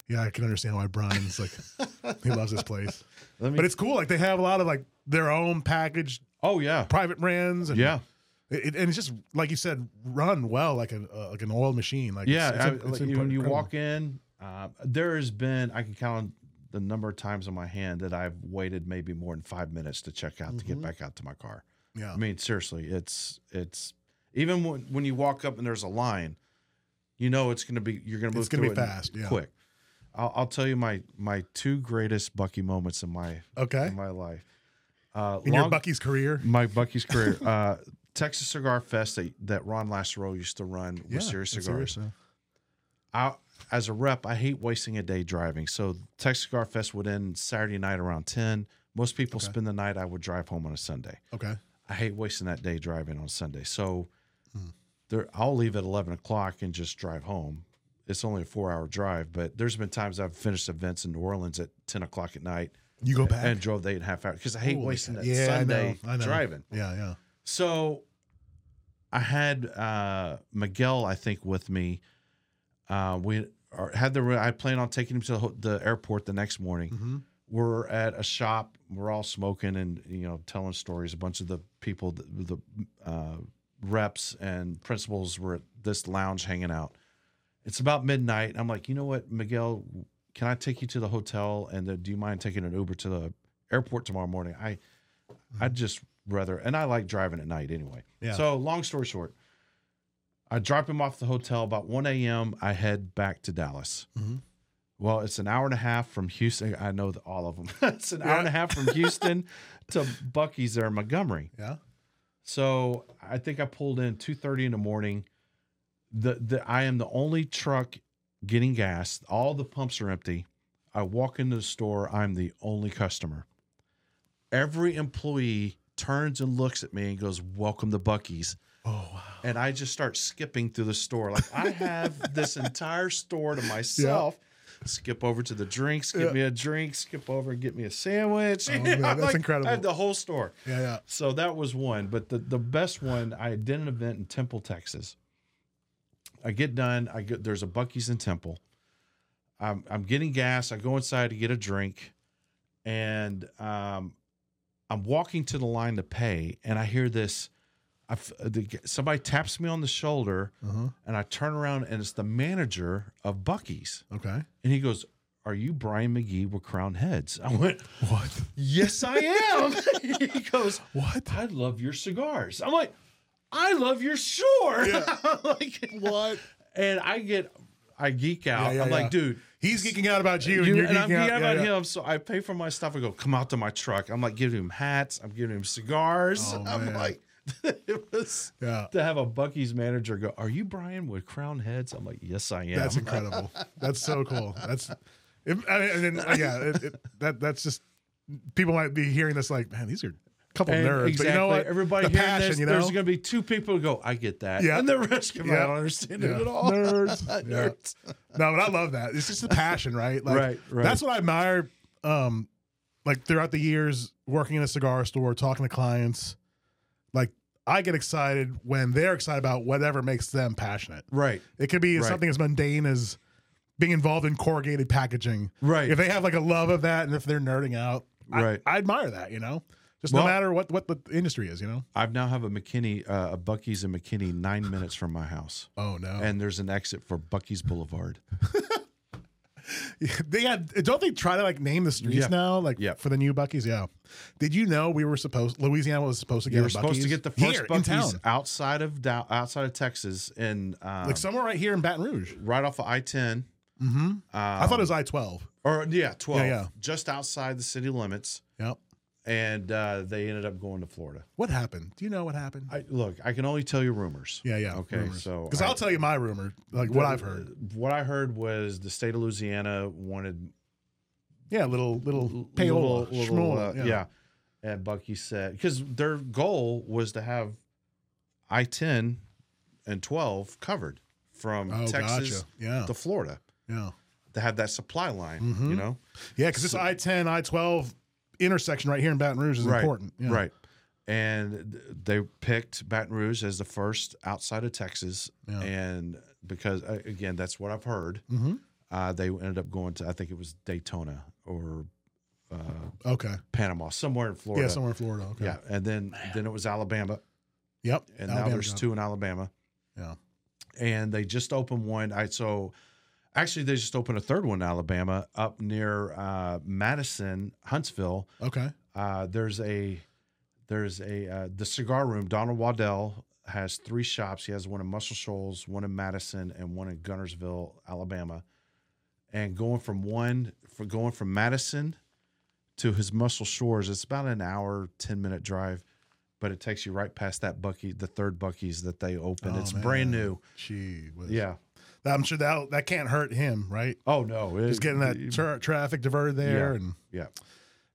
[SPEAKER 1] yeah, I can understand why Brian's like, he loves this
[SPEAKER 2] <laughs>
[SPEAKER 1] place.
[SPEAKER 2] Let me,
[SPEAKER 1] But it's cool. Like they have a lot of like their own packaged
[SPEAKER 2] oh yeah
[SPEAKER 1] private brands, and
[SPEAKER 2] yeah
[SPEAKER 1] it, it- and it's just like you said, run well like a uh, like an oil machine. Like
[SPEAKER 2] yeah
[SPEAKER 1] it's, it's,
[SPEAKER 2] I- like,
[SPEAKER 1] it's
[SPEAKER 2] when you
[SPEAKER 1] incredible.
[SPEAKER 2] walk in uh, there has been i can count the number of times on my hand that i've waited maybe more than five minutes to check out to get
[SPEAKER 1] Mhm.
[SPEAKER 2] back out to my car
[SPEAKER 1] yeah,
[SPEAKER 2] I mean, seriously, it's it's even when when you walk up and there's a line, you know it's gonna be you're gonna move
[SPEAKER 1] it's gonna be
[SPEAKER 2] through it
[SPEAKER 1] fast. Yeah,
[SPEAKER 2] quick. I'll, I'll tell you my my two greatest Bucky moments in my
[SPEAKER 1] okay.
[SPEAKER 2] in my life. Uh,
[SPEAKER 1] In your
[SPEAKER 2] long-
[SPEAKER 1] Bucky's career,
[SPEAKER 2] my Bucky's career, uh, Texas Cigar Fest that, that Ron Lassero used to run
[SPEAKER 1] Yeah,
[SPEAKER 2] with Serious
[SPEAKER 1] it's
[SPEAKER 2] Cigars.
[SPEAKER 1] serious, yeah.
[SPEAKER 2] I, as a rep, I hate wasting a day driving. So Texas Cigar Fest would end Saturday night around ten. Most people
[SPEAKER 1] Okay.
[SPEAKER 2] spend the night. I would drive home on a Sunday.
[SPEAKER 1] Okay.
[SPEAKER 2] I hate wasting that day driving on Sunday. So
[SPEAKER 1] Hmm.
[SPEAKER 2] there, I'll leave at 11 o'clock and just drive home. It's only a four hour drive, but there's been times I've finished events in New Orleans at 10 o'clock at night
[SPEAKER 1] You go back.
[SPEAKER 2] and drove the eight and a half hours because I hate
[SPEAKER 1] Holy
[SPEAKER 2] wasting
[SPEAKER 1] cow.
[SPEAKER 2] that
[SPEAKER 1] Yeah, I
[SPEAKER 2] Sunday
[SPEAKER 1] know, I know.
[SPEAKER 2] driving.
[SPEAKER 1] yeah, yeah.
[SPEAKER 2] So I had uh, Miguel, I think, with me. Uh, we are, had the, I plan on taking him to the ho- the airport the next morning
[SPEAKER 1] Mm-hmm.
[SPEAKER 2] we're at a shop. We're all smoking and you know telling stories. A bunch of the people, the, the uh, reps and principals were at this lounge hanging out. It's about midnight. I'm like, you know what, Miguel? Can I take you to the hotel? And uh do you mind taking an Uber to the airport tomorrow morning? I, I'd just rather. And I like driving at night anyway.
[SPEAKER 1] Mm-hmm. Yeah.
[SPEAKER 2] So long story short, I drop him off at the hotel about 1 a.m. I head back to Dallas.
[SPEAKER 1] Mhm.
[SPEAKER 2] Well, it's an hour and a half from Houston. I know the, all of them. <laughs> it's an hour and a half from
[SPEAKER 1] <laughs>
[SPEAKER 2] Houston to Bucky's there in Montgomery.
[SPEAKER 1] Yeah.
[SPEAKER 2] So I think I pulled in 2:30 in the morning. The, the I am the only truck getting gas. All the pumps are empty. I walk into the store. I'm the only customer. Every employee turns and looks at me and goes, "Welcome to Bucky's."
[SPEAKER 1] Oh wow.
[SPEAKER 2] and I just start skipping through the store. Like
[SPEAKER 1] <laughs>
[SPEAKER 2] I have this entire store to myself. Skip over to the drinks, get
[SPEAKER 1] Yeah.
[SPEAKER 2] me a drink, skip over and get me a sandwich.
[SPEAKER 1] Oh,
[SPEAKER 2] <laughs>
[SPEAKER 1] man, that's incredible.
[SPEAKER 2] I had the whole store.
[SPEAKER 1] Yeah, yeah.
[SPEAKER 2] So that was one. But the, the best one, I did an event in Temple, Texas. I get done. I get there's a Bucky's in Temple. I'm I'm getting gas. I go inside to get a drink, and um, I'm walking to the line to pay, and I hear this. I f- the- somebody taps me on the shoulder
[SPEAKER 1] Uh-huh.
[SPEAKER 2] and I turn around and it's the manager of Bucky's.
[SPEAKER 1] Okay.
[SPEAKER 2] And he goes, Are you Brian McGee with Crown Heads? I went,
[SPEAKER 1] What?
[SPEAKER 2] Yes, I
[SPEAKER 1] <laughs>
[SPEAKER 2] am. he goes,
[SPEAKER 1] What?
[SPEAKER 2] I love your cigars. I'm like, I love your sure. <laughs> like,
[SPEAKER 1] What?
[SPEAKER 2] and I get, I geek out.
[SPEAKER 1] Yeah, yeah,
[SPEAKER 2] I'm
[SPEAKER 1] yeah.
[SPEAKER 2] like, dude,
[SPEAKER 1] He's geeking out about you, and
[SPEAKER 2] you-
[SPEAKER 1] you're
[SPEAKER 2] and
[SPEAKER 1] geeking
[SPEAKER 2] I'm
[SPEAKER 1] out
[SPEAKER 2] geeking out about
[SPEAKER 1] yeah, yeah.
[SPEAKER 2] him. So I pay for my stuff. I go, come out to my truck. I'm like giving him hats. I'm giving him cigars.
[SPEAKER 1] Oh,
[SPEAKER 2] I'm
[SPEAKER 1] man.
[SPEAKER 2] like, <laughs> it was
[SPEAKER 1] Yeah.
[SPEAKER 2] to have a Bucky's manager go, are you Brian with Crown Heads? I'm like, yes, I am.
[SPEAKER 1] That's incredible. that's so cool. That's, it, I mean, and then, uh, yeah, it, it, that that's just people might be hearing this like, man, these are a couple
[SPEAKER 2] And
[SPEAKER 1] nerds.
[SPEAKER 2] exactly.
[SPEAKER 1] But you know what?
[SPEAKER 2] Everybody
[SPEAKER 1] the
[SPEAKER 2] hearing
[SPEAKER 1] passion,
[SPEAKER 2] this,
[SPEAKER 1] you know,
[SPEAKER 2] there's going to be two people who go, I get that.
[SPEAKER 1] Yeah.
[SPEAKER 2] And the rest of them,
[SPEAKER 1] Yeah.
[SPEAKER 2] I don't understand
[SPEAKER 1] Yeah.
[SPEAKER 2] it at all.
[SPEAKER 1] Nerds. Yeah.
[SPEAKER 2] Nerds.
[SPEAKER 1] No, but I love that. It's just the passion,
[SPEAKER 2] <laughs>
[SPEAKER 1] right? Like,
[SPEAKER 2] Right, right.
[SPEAKER 1] That's what I admire. Um, like throughout the years working in a cigar store, talking to clients, like I get excited when they're excited about whatever makes them passionate.
[SPEAKER 2] Right.
[SPEAKER 1] It could be
[SPEAKER 2] Right.
[SPEAKER 1] something as mundane as being involved in corrugated packaging.
[SPEAKER 2] Right.
[SPEAKER 1] If they have like a love of that, and if they're nerding out, I-
[SPEAKER 2] Right.
[SPEAKER 1] I, admire that. You know, just
[SPEAKER 2] Well-
[SPEAKER 1] no matter what what the industry is. You know.
[SPEAKER 2] I've now have a McKinney, uh, a Bucky's and McKinney nine minutes from my house.
[SPEAKER 1] Oh no.
[SPEAKER 2] And there's an exit for Bucky's Boulevard.
[SPEAKER 1] <laughs> they had don't they try to like name the streets
[SPEAKER 2] Yeah.
[SPEAKER 1] now like
[SPEAKER 2] Yeah.
[SPEAKER 1] for the new Bucky's yeah did you know we were supposed Louisiana was supposed to get
[SPEAKER 2] You
[SPEAKER 1] a
[SPEAKER 2] were supposed to
[SPEAKER 1] Buc-ee's
[SPEAKER 2] get the first um,
[SPEAKER 1] here in town
[SPEAKER 2] Bucky's outside of Dow- outside of Texas and um,
[SPEAKER 1] like somewhere right here in Baton Rouge
[SPEAKER 2] right off of I-10. Um,
[SPEAKER 1] mm-hmm. I thought it was I twelve
[SPEAKER 2] or yeah, 12,
[SPEAKER 1] yeah.
[SPEAKER 2] just outside the city limits.
[SPEAKER 1] yep
[SPEAKER 2] And uh, they ended up going to Florida.
[SPEAKER 1] what happened do you know what happened
[SPEAKER 2] I, look, I can only tell you rumors.
[SPEAKER 1] yeah yeah
[SPEAKER 2] Okay, so
[SPEAKER 1] because
[SPEAKER 2] I-
[SPEAKER 1] I'll tell you my rumor like what I've heard
[SPEAKER 2] What I heard was the state of Louisiana wanted
[SPEAKER 1] yeah little little
[SPEAKER 2] l-
[SPEAKER 1] payola
[SPEAKER 2] little- little,
[SPEAKER 1] schmola,
[SPEAKER 2] uh, yeah. And Bucky said because their goal was to have I ten and twelve covered from
[SPEAKER 1] oh
[SPEAKER 2] Texas
[SPEAKER 1] gotcha yeah
[SPEAKER 2] to Florida
[SPEAKER 1] yeah
[SPEAKER 2] to have that supply line. You
[SPEAKER 1] Mhm.
[SPEAKER 2] know,
[SPEAKER 1] yeah because this I ten I twelve intersection right here in Baton Rouge is
[SPEAKER 2] Right,
[SPEAKER 1] important yeah.
[SPEAKER 2] right. And th- they picked Baton Rouge as the first outside of Texas,
[SPEAKER 1] Yeah.
[SPEAKER 2] and because uh, again, that's what I've heard.
[SPEAKER 1] hmm
[SPEAKER 2] Uh, they ended up going to I think it was Daytona or uh,
[SPEAKER 1] okay
[SPEAKER 2] Panama, somewhere in Florida.
[SPEAKER 1] yeah somewhere in Florida okay
[SPEAKER 2] Yeah, and then then it was Alabama,
[SPEAKER 1] yep
[SPEAKER 2] and now
[SPEAKER 1] Alabama
[SPEAKER 2] there's
[SPEAKER 1] got it.
[SPEAKER 2] two in Alabama.
[SPEAKER 1] Yeah.
[SPEAKER 2] and they just opened one. I so actually they just opened a third one in Alabama up near uh, Madison, Huntsville.
[SPEAKER 1] okay
[SPEAKER 2] Uh, there's a there's a uh, the cigar room. Donald Waddell has three shops. He has one in Muscle Shoals, one in Madison, and one in Gunnersville, Alabama. And going from one for going from Madison to his Muscle Shores, it's about an hour, ten minute drive, but it takes you right past that Bucky, the third Bucky's that they opened.
[SPEAKER 1] Oh,
[SPEAKER 2] it's
[SPEAKER 1] man.
[SPEAKER 2] brand new.
[SPEAKER 1] Gee, whiz.
[SPEAKER 2] Yeah.
[SPEAKER 1] I'm sure that that can't hurt him, right?
[SPEAKER 2] Oh no, it's
[SPEAKER 1] Just getting that tra- traffic diverted there,
[SPEAKER 2] Yeah.
[SPEAKER 1] and
[SPEAKER 2] Yeah.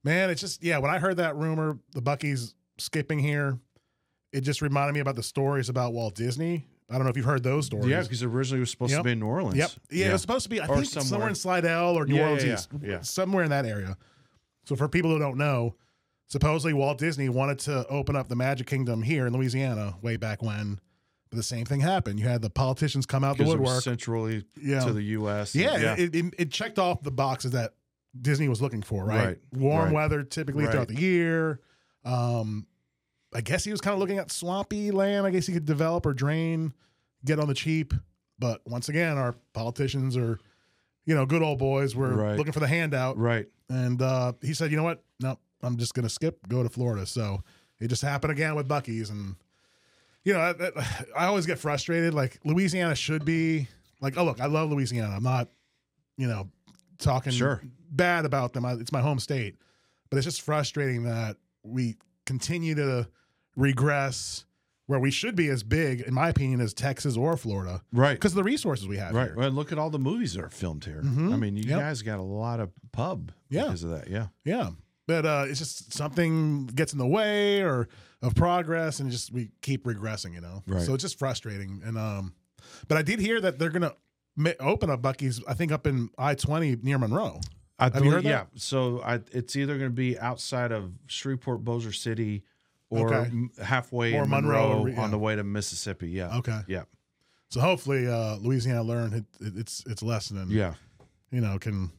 [SPEAKER 1] man, it's just yeah. When I heard that rumor, the Bucky's skipping here, it just reminded me about the stories about Walt Disney. I don't know if you've heard those stories.
[SPEAKER 2] Yeah, because originally it was supposed
[SPEAKER 1] Yep.
[SPEAKER 2] to be in New Orleans.
[SPEAKER 1] Yep. Yeah, it was supposed to be. I
[SPEAKER 2] Or
[SPEAKER 1] think somewhere.
[SPEAKER 2] somewhere.
[SPEAKER 1] in Slidell or New
[SPEAKER 2] Yeah, yeah,
[SPEAKER 1] Orleans
[SPEAKER 2] yeah,
[SPEAKER 1] East,
[SPEAKER 2] yeah.
[SPEAKER 1] somewhere in that area. So for people who don't know, supposedly Walt Disney wanted to open up the Magic Kingdom here in Louisiana way back when, but the same thing happened. You had the politicians come out the
[SPEAKER 2] Because it was
[SPEAKER 1] woodwork.
[SPEAKER 2] centrally
[SPEAKER 1] Yeah.
[SPEAKER 2] to the U.S.
[SPEAKER 1] Yeah, It, it, it checked off the boxes that Disney was looking for, right?
[SPEAKER 2] Right,
[SPEAKER 1] Warm
[SPEAKER 2] right.
[SPEAKER 1] weather typically
[SPEAKER 2] Right.
[SPEAKER 1] throughout the year. Um, I guess he was kind of looking at swampy land. I guess he could develop or drain, get on the cheap. But once again, our politicians are, you know, good old boys. We're
[SPEAKER 2] Right.
[SPEAKER 1] looking for the handout.
[SPEAKER 2] right.
[SPEAKER 1] And uh, he said, you know what? No, I'm just going to skip, go to Florida. So it just happened again with Bucky's. And, you know, I, that- <sighs> I always get frustrated. Like, Louisiana should be like, oh, look, I love Louisiana. I'm not, you know, talking
[SPEAKER 2] Sure.
[SPEAKER 1] bad about them. I, it's my home state. But it's just frustrating that we continue to regress where we should be as big, in my opinion, as Texas or Florida
[SPEAKER 2] Right.
[SPEAKER 1] because of the resources we have.
[SPEAKER 2] Right.
[SPEAKER 1] here.
[SPEAKER 2] Well, look at all the movies that are filmed here.
[SPEAKER 1] Mhm.
[SPEAKER 2] I mean, you
[SPEAKER 1] Yep.
[SPEAKER 2] guys got a lot of pub
[SPEAKER 1] Yeah.
[SPEAKER 2] because of that. Yeah.
[SPEAKER 1] Yeah. But uh, it's just something gets in the way or of progress and just we keep regressing, you know.
[SPEAKER 2] Right.
[SPEAKER 1] So it's just frustrating. And um but I did hear that they're gonna ma- open up Bucky's, I think up in I twenty near Monroe.
[SPEAKER 2] I
[SPEAKER 1] Have you heard
[SPEAKER 2] yeah.
[SPEAKER 1] that?
[SPEAKER 2] So I, it's either going to be outside of Shreveport, Bossier City, or
[SPEAKER 1] Okay.
[SPEAKER 2] m- halfway
[SPEAKER 1] Or
[SPEAKER 2] in
[SPEAKER 1] Monroe,
[SPEAKER 2] Monroe,
[SPEAKER 1] or- yeah. Um,
[SPEAKER 2] on the way to Mississippi. Yeah.
[SPEAKER 1] Okay.
[SPEAKER 2] Yeah.
[SPEAKER 1] So hopefully uh Louisiana learned it, it, it's its lesson and
[SPEAKER 2] Yeah.
[SPEAKER 1] you know, can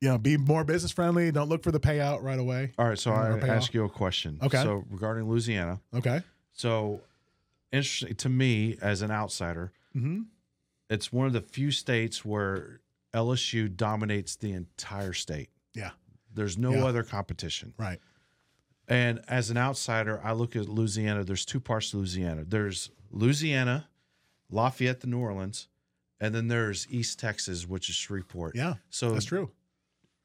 [SPEAKER 1] you know, be more business friendly, don't look for the payout right away.
[SPEAKER 2] All right. So
[SPEAKER 1] Wanna
[SPEAKER 2] I
[SPEAKER 1] pay
[SPEAKER 2] ask
[SPEAKER 1] off?
[SPEAKER 2] you a question.
[SPEAKER 1] Okay.
[SPEAKER 2] So regarding Louisiana,
[SPEAKER 1] Okay.
[SPEAKER 2] so interesting to me as an outsider.
[SPEAKER 1] Mm-hmm.
[SPEAKER 2] It's one of the few states where LSU dominates the entire state.
[SPEAKER 1] Yeah.
[SPEAKER 2] There's no
[SPEAKER 1] Yeah.
[SPEAKER 2] other competition.
[SPEAKER 1] Right.
[SPEAKER 2] And as an outsider, I look at Louisiana. There's two parts to Louisiana. There's Louisiana, Lafayette to New Orleans, and then there's East Texas, which is Shreveport.
[SPEAKER 1] Yeah.
[SPEAKER 2] So
[SPEAKER 1] That's true. <sighs>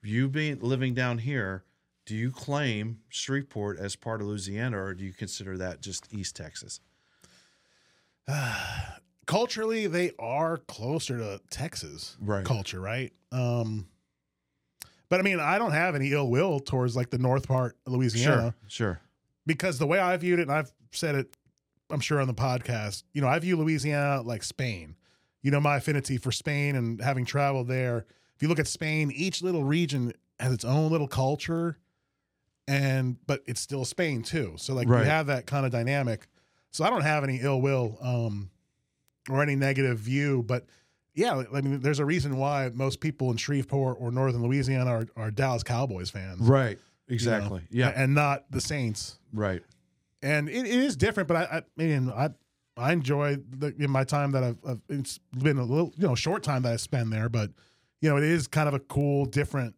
[SPEAKER 2] you being living down here, do you claim Shreveport as part of Louisiana, or do you consider that just East Texas?
[SPEAKER 1] Culturally, they are closer to Texas
[SPEAKER 2] Right.
[SPEAKER 1] culture, right? Um, but I mean, I don't have any ill will towards like the north part of Louisiana.
[SPEAKER 2] Sure. Sure.
[SPEAKER 1] because the way I viewed it, and I've said it, I'm sure on the podcast, you know, I view Louisiana like Spain. You know, my affinity for Spain and having traveled there. If you look at Spain, each little region has its own little culture, and but it's still Spain too. So like
[SPEAKER 2] Right.
[SPEAKER 1] you have that kind of dynamic. So I don't have any ill will um, or any negative view, but yeah, I mean, there's a reason why most people in Shreveport or northern Louisiana are, are Dallas Cowboys fans,
[SPEAKER 2] Right. Exactly. Yeah.
[SPEAKER 1] and not the Saints
[SPEAKER 2] Right.
[SPEAKER 1] and it, it is different. But I, I mean, I I enjoy the, in my time that I've, I've it's been a little you know short time that I spend there, but you know it is kind of a cool different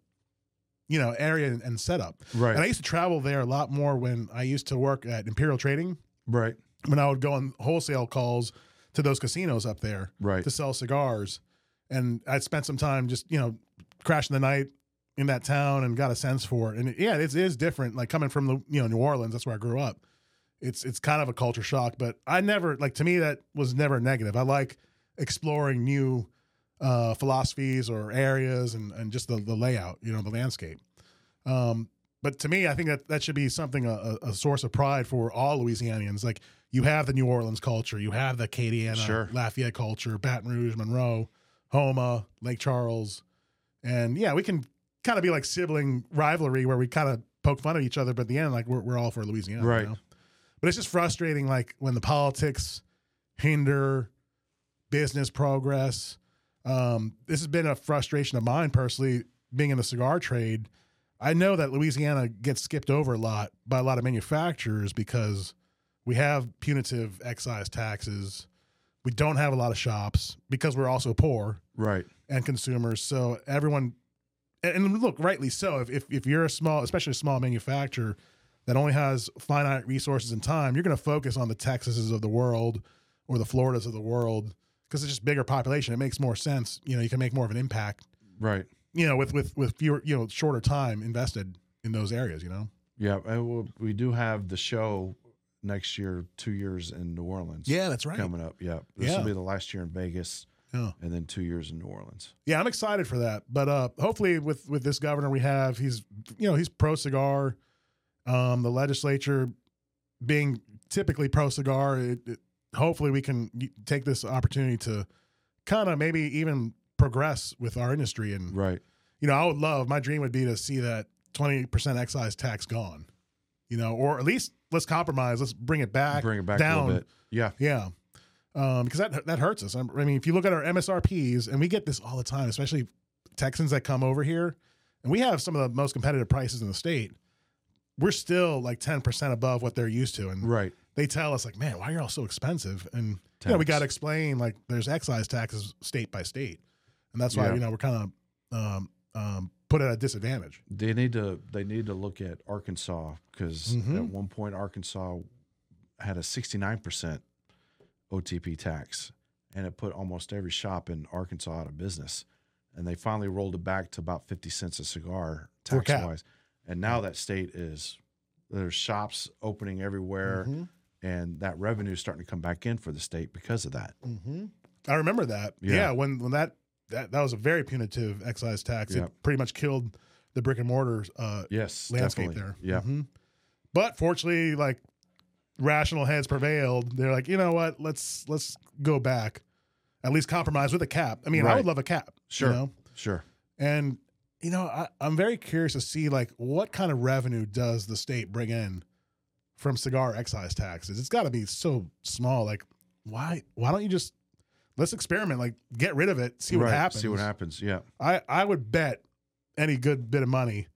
[SPEAKER 1] you know area and, and setup.
[SPEAKER 2] Right.
[SPEAKER 1] And I used to travel there a lot more when I used to work at Imperial Trading
[SPEAKER 2] right.
[SPEAKER 1] when I would go on wholesale calls to those casinos up there
[SPEAKER 2] Right.
[SPEAKER 1] to sell cigars, and I spent some time just you know crashing the night. In that town, and got a sense for it, and yeah, it is, it is different. Like coming from the you know New Orleans, that's where I grew up it's it's kind of a culture shock but i never like to me that was never a negative i like exploring new uh philosophies or areas and and just the, the layout you know the landscape um but to me i think that that should be something a, a a source of pride for all louisianians like you have the new orleans culture you have the acadiana
[SPEAKER 2] Sure.
[SPEAKER 1] lafayette culture baton rouge monroe homa lake charles and yeah we can kind of be like sibling rivalry where we kind of poke fun at each other but at the end like we're, we're all for louisiana you
[SPEAKER 2] Right.
[SPEAKER 1] know? but it's just frustrating like when the politics hinder business progress um, this has been a frustration of mine personally being in the cigar trade i know that louisiana gets skipped over a lot by a lot of manufacturers because we have punitive excise taxes we don't have a lot of shops because we're also poor
[SPEAKER 2] Right.
[SPEAKER 1] and consumers. So everyone, and- and look, rightly so. If if, if you're a small, especially a small manufacturer that only has finite resources and time, you're going to focus on the Texases of the world or the Floridas of the world because it's just bigger population. It makes more sense. You know, you can make more of an impact.
[SPEAKER 2] Right.
[SPEAKER 1] You know, with with with fewer, you know, shorter time invested in those areas. You know,
[SPEAKER 2] Yeah. And we'll, we do have the show next year, two years in New Orleans.
[SPEAKER 1] that's right.
[SPEAKER 2] Coming up. Yeah. This
[SPEAKER 1] Yeah.
[SPEAKER 2] will be the last year in Vegas
[SPEAKER 1] Yeah.
[SPEAKER 2] and then two years in New Orleans.
[SPEAKER 1] Yeah, I'm excited for that. But uh, hopefully, with with this governor we have, he's you know he's pro cigar. Um, the legislature being typically pro cigar, it, it, hopefully we can y- take this opportunity to kind of maybe even progress with our industry. And
[SPEAKER 2] Right.
[SPEAKER 1] you know, I would love my dream would be to see that 20% excise tax gone. You know, or at least let's compromise. Let's bring it back.
[SPEAKER 2] Bring it back a
[SPEAKER 1] down.
[SPEAKER 2] little bit. Yeah.
[SPEAKER 1] Yeah. Um, because that that hurts us. I mean, if you look at our MSRPs, and we get this all the time, especially Texans that come over here, and we have some of the most competitive prices in the state. We're still like ten percent above what they're used to, and
[SPEAKER 2] Right.
[SPEAKER 1] they tell us like, "Man, why are y'all so expensive?" And you know, we
[SPEAKER 2] Tax.
[SPEAKER 1] got to explain like there's excise taxes state by state, and that's why
[SPEAKER 2] Yeah.
[SPEAKER 1] you know we're kind of um, um, put at a disadvantage.
[SPEAKER 2] They need to they need to look at Arkansas because
[SPEAKER 1] Mhm.
[SPEAKER 2] at one point Arkansas had a 69% OTP tax and it put almost every shop in Arkansas out of business. And they finally rolled it back to about 50 cents a cigar
[SPEAKER 1] Or
[SPEAKER 2] tax
[SPEAKER 1] cap.
[SPEAKER 2] wise. And now that state is there's shops opening everywhere
[SPEAKER 1] Mhm.
[SPEAKER 2] and that revenue is starting to come back in for the state because of that.
[SPEAKER 1] Mhm. I remember that. Yeah.
[SPEAKER 2] Yeah.
[SPEAKER 1] when when that, that that was a very punitive excise tax.
[SPEAKER 2] Yeah.
[SPEAKER 1] It pretty much killed the brick and mortar uh,
[SPEAKER 2] Yes.
[SPEAKER 1] landscape
[SPEAKER 2] definitely.
[SPEAKER 1] there.
[SPEAKER 2] Yeah.
[SPEAKER 1] Mhm. But fortunately, like rational heads prevailed. They're like, you know what? Let's let's go back, at least compromise with a cap. I mean, I
[SPEAKER 2] Right.
[SPEAKER 1] would love a cap.
[SPEAKER 2] Sure.
[SPEAKER 1] You know?
[SPEAKER 2] Sure.
[SPEAKER 1] And you know, I, I'm very curious to see like what kind of revenue does the state bring in from cigar excise taxes? It's got to be so small. Like, why why don't you just let's experiment? Like, get rid of it, see what
[SPEAKER 2] Right.
[SPEAKER 1] happens.
[SPEAKER 2] See what happens. Yeah.
[SPEAKER 1] I I would bet any good bit of money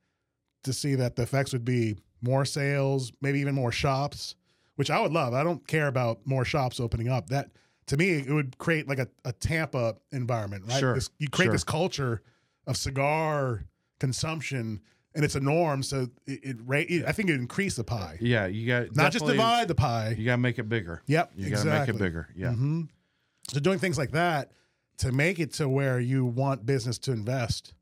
[SPEAKER 1] to see that the effects would be more sales, maybe even more shops. which I would love. I don't care about more shops opening up. That to me, it would create like a, a Tampa environment, right?
[SPEAKER 2] Sure,
[SPEAKER 1] This, you create
[SPEAKER 2] sure.
[SPEAKER 1] this culture of cigar consumption, and it's a norm. So it, it, ra- it I think it would increase the pie,
[SPEAKER 2] Yeah, you got
[SPEAKER 1] not just divide the pie.
[SPEAKER 2] You got to make it bigger.
[SPEAKER 1] Yep,
[SPEAKER 2] You
[SPEAKER 1] exactly.
[SPEAKER 2] got to make it bigger. Yeah.
[SPEAKER 1] hmm So doing things like that to make it to where you want business to invest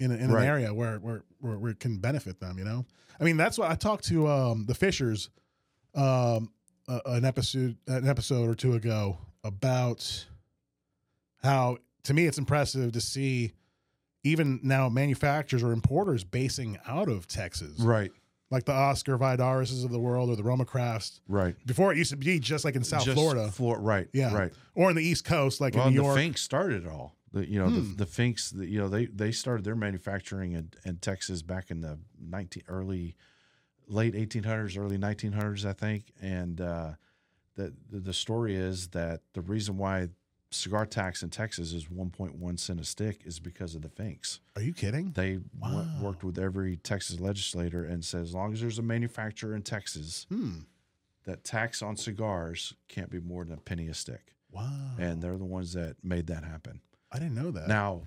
[SPEAKER 1] in, a, in
[SPEAKER 2] Right.
[SPEAKER 1] an area where, where where where it can benefit them. You know, I mean that's why I talked to um, the Fishers um, a- an episode an episode or two ago about how to me it's impressive to see even now manufacturers or importers basing out of Texas,
[SPEAKER 2] Right.
[SPEAKER 1] like the Oscar Vidarises of the world or the Roma Crafts.
[SPEAKER 2] Right.
[SPEAKER 1] Before it used to be just like in South
[SPEAKER 2] Just
[SPEAKER 1] Florida,
[SPEAKER 2] Flor- right.
[SPEAKER 1] Yeah.
[SPEAKER 2] Right.
[SPEAKER 1] or in the East Coast, like
[SPEAKER 2] well,
[SPEAKER 1] in
[SPEAKER 2] and
[SPEAKER 1] New
[SPEAKER 2] the
[SPEAKER 1] York.
[SPEAKER 2] Finks started it all. The, you know,
[SPEAKER 1] Hmm.
[SPEAKER 2] the, the Finks, the, you know, they, they started their manufacturing in, in Texas back in the 19 early, late 1800s, early 1900s, I think. And uh, the, the, the story is that the reason why cigar tax in Texas is 1.1 cent a stick is because of the Finks.
[SPEAKER 1] Are you kidding?
[SPEAKER 2] They went,
[SPEAKER 1] Wow.
[SPEAKER 2] worked with every Texas legislator and said, as long as there's a manufacturer in Texas,
[SPEAKER 1] Hmm.
[SPEAKER 2] that tax on cigars can't be more than a penny a stick.
[SPEAKER 1] Wow.
[SPEAKER 2] And they're the ones that made that happen.
[SPEAKER 1] I didn't know that.
[SPEAKER 2] Now,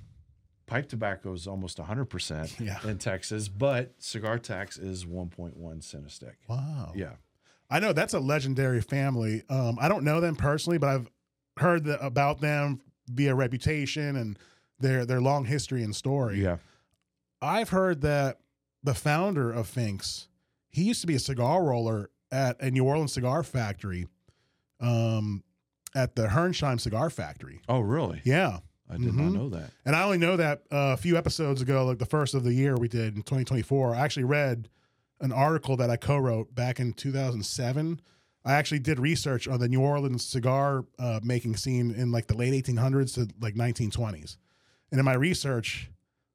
[SPEAKER 2] pipe tobacco is almost 100%
[SPEAKER 1] <laughs> Yeah.
[SPEAKER 2] in Texas, but cigar tax is 1.1 cent a stick.
[SPEAKER 1] wow.
[SPEAKER 2] Yeah.
[SPEAKER 1] I know that's a legendary family. Um, I don't know them personally, but I've heard the, about them via reputation and their their long history and story.
[SPEAKER 2] Yeah.
[SPEAKER 1] I've heard that the founder of Finks, he used to be a cigar roller at a New Orleans cigar factory, um, at the Hernsheim Cigar Factory.
[SPEAKER 2] Oh, really?
[SPEAKER 1] Yeah.
[SPEAKER 2] I did
[SPEAKER 1] Mhm.
[SPEAKER 2] not know that.
[SPEAKER 1] And I only know that uh, a few episodes ago, like the first of the year we did in 2024, I actually read an article that I co wrote back in 2007. I actually did research on the New Orleans cigar uh, making scene in like the late 1800s to like 1920s. And in my research,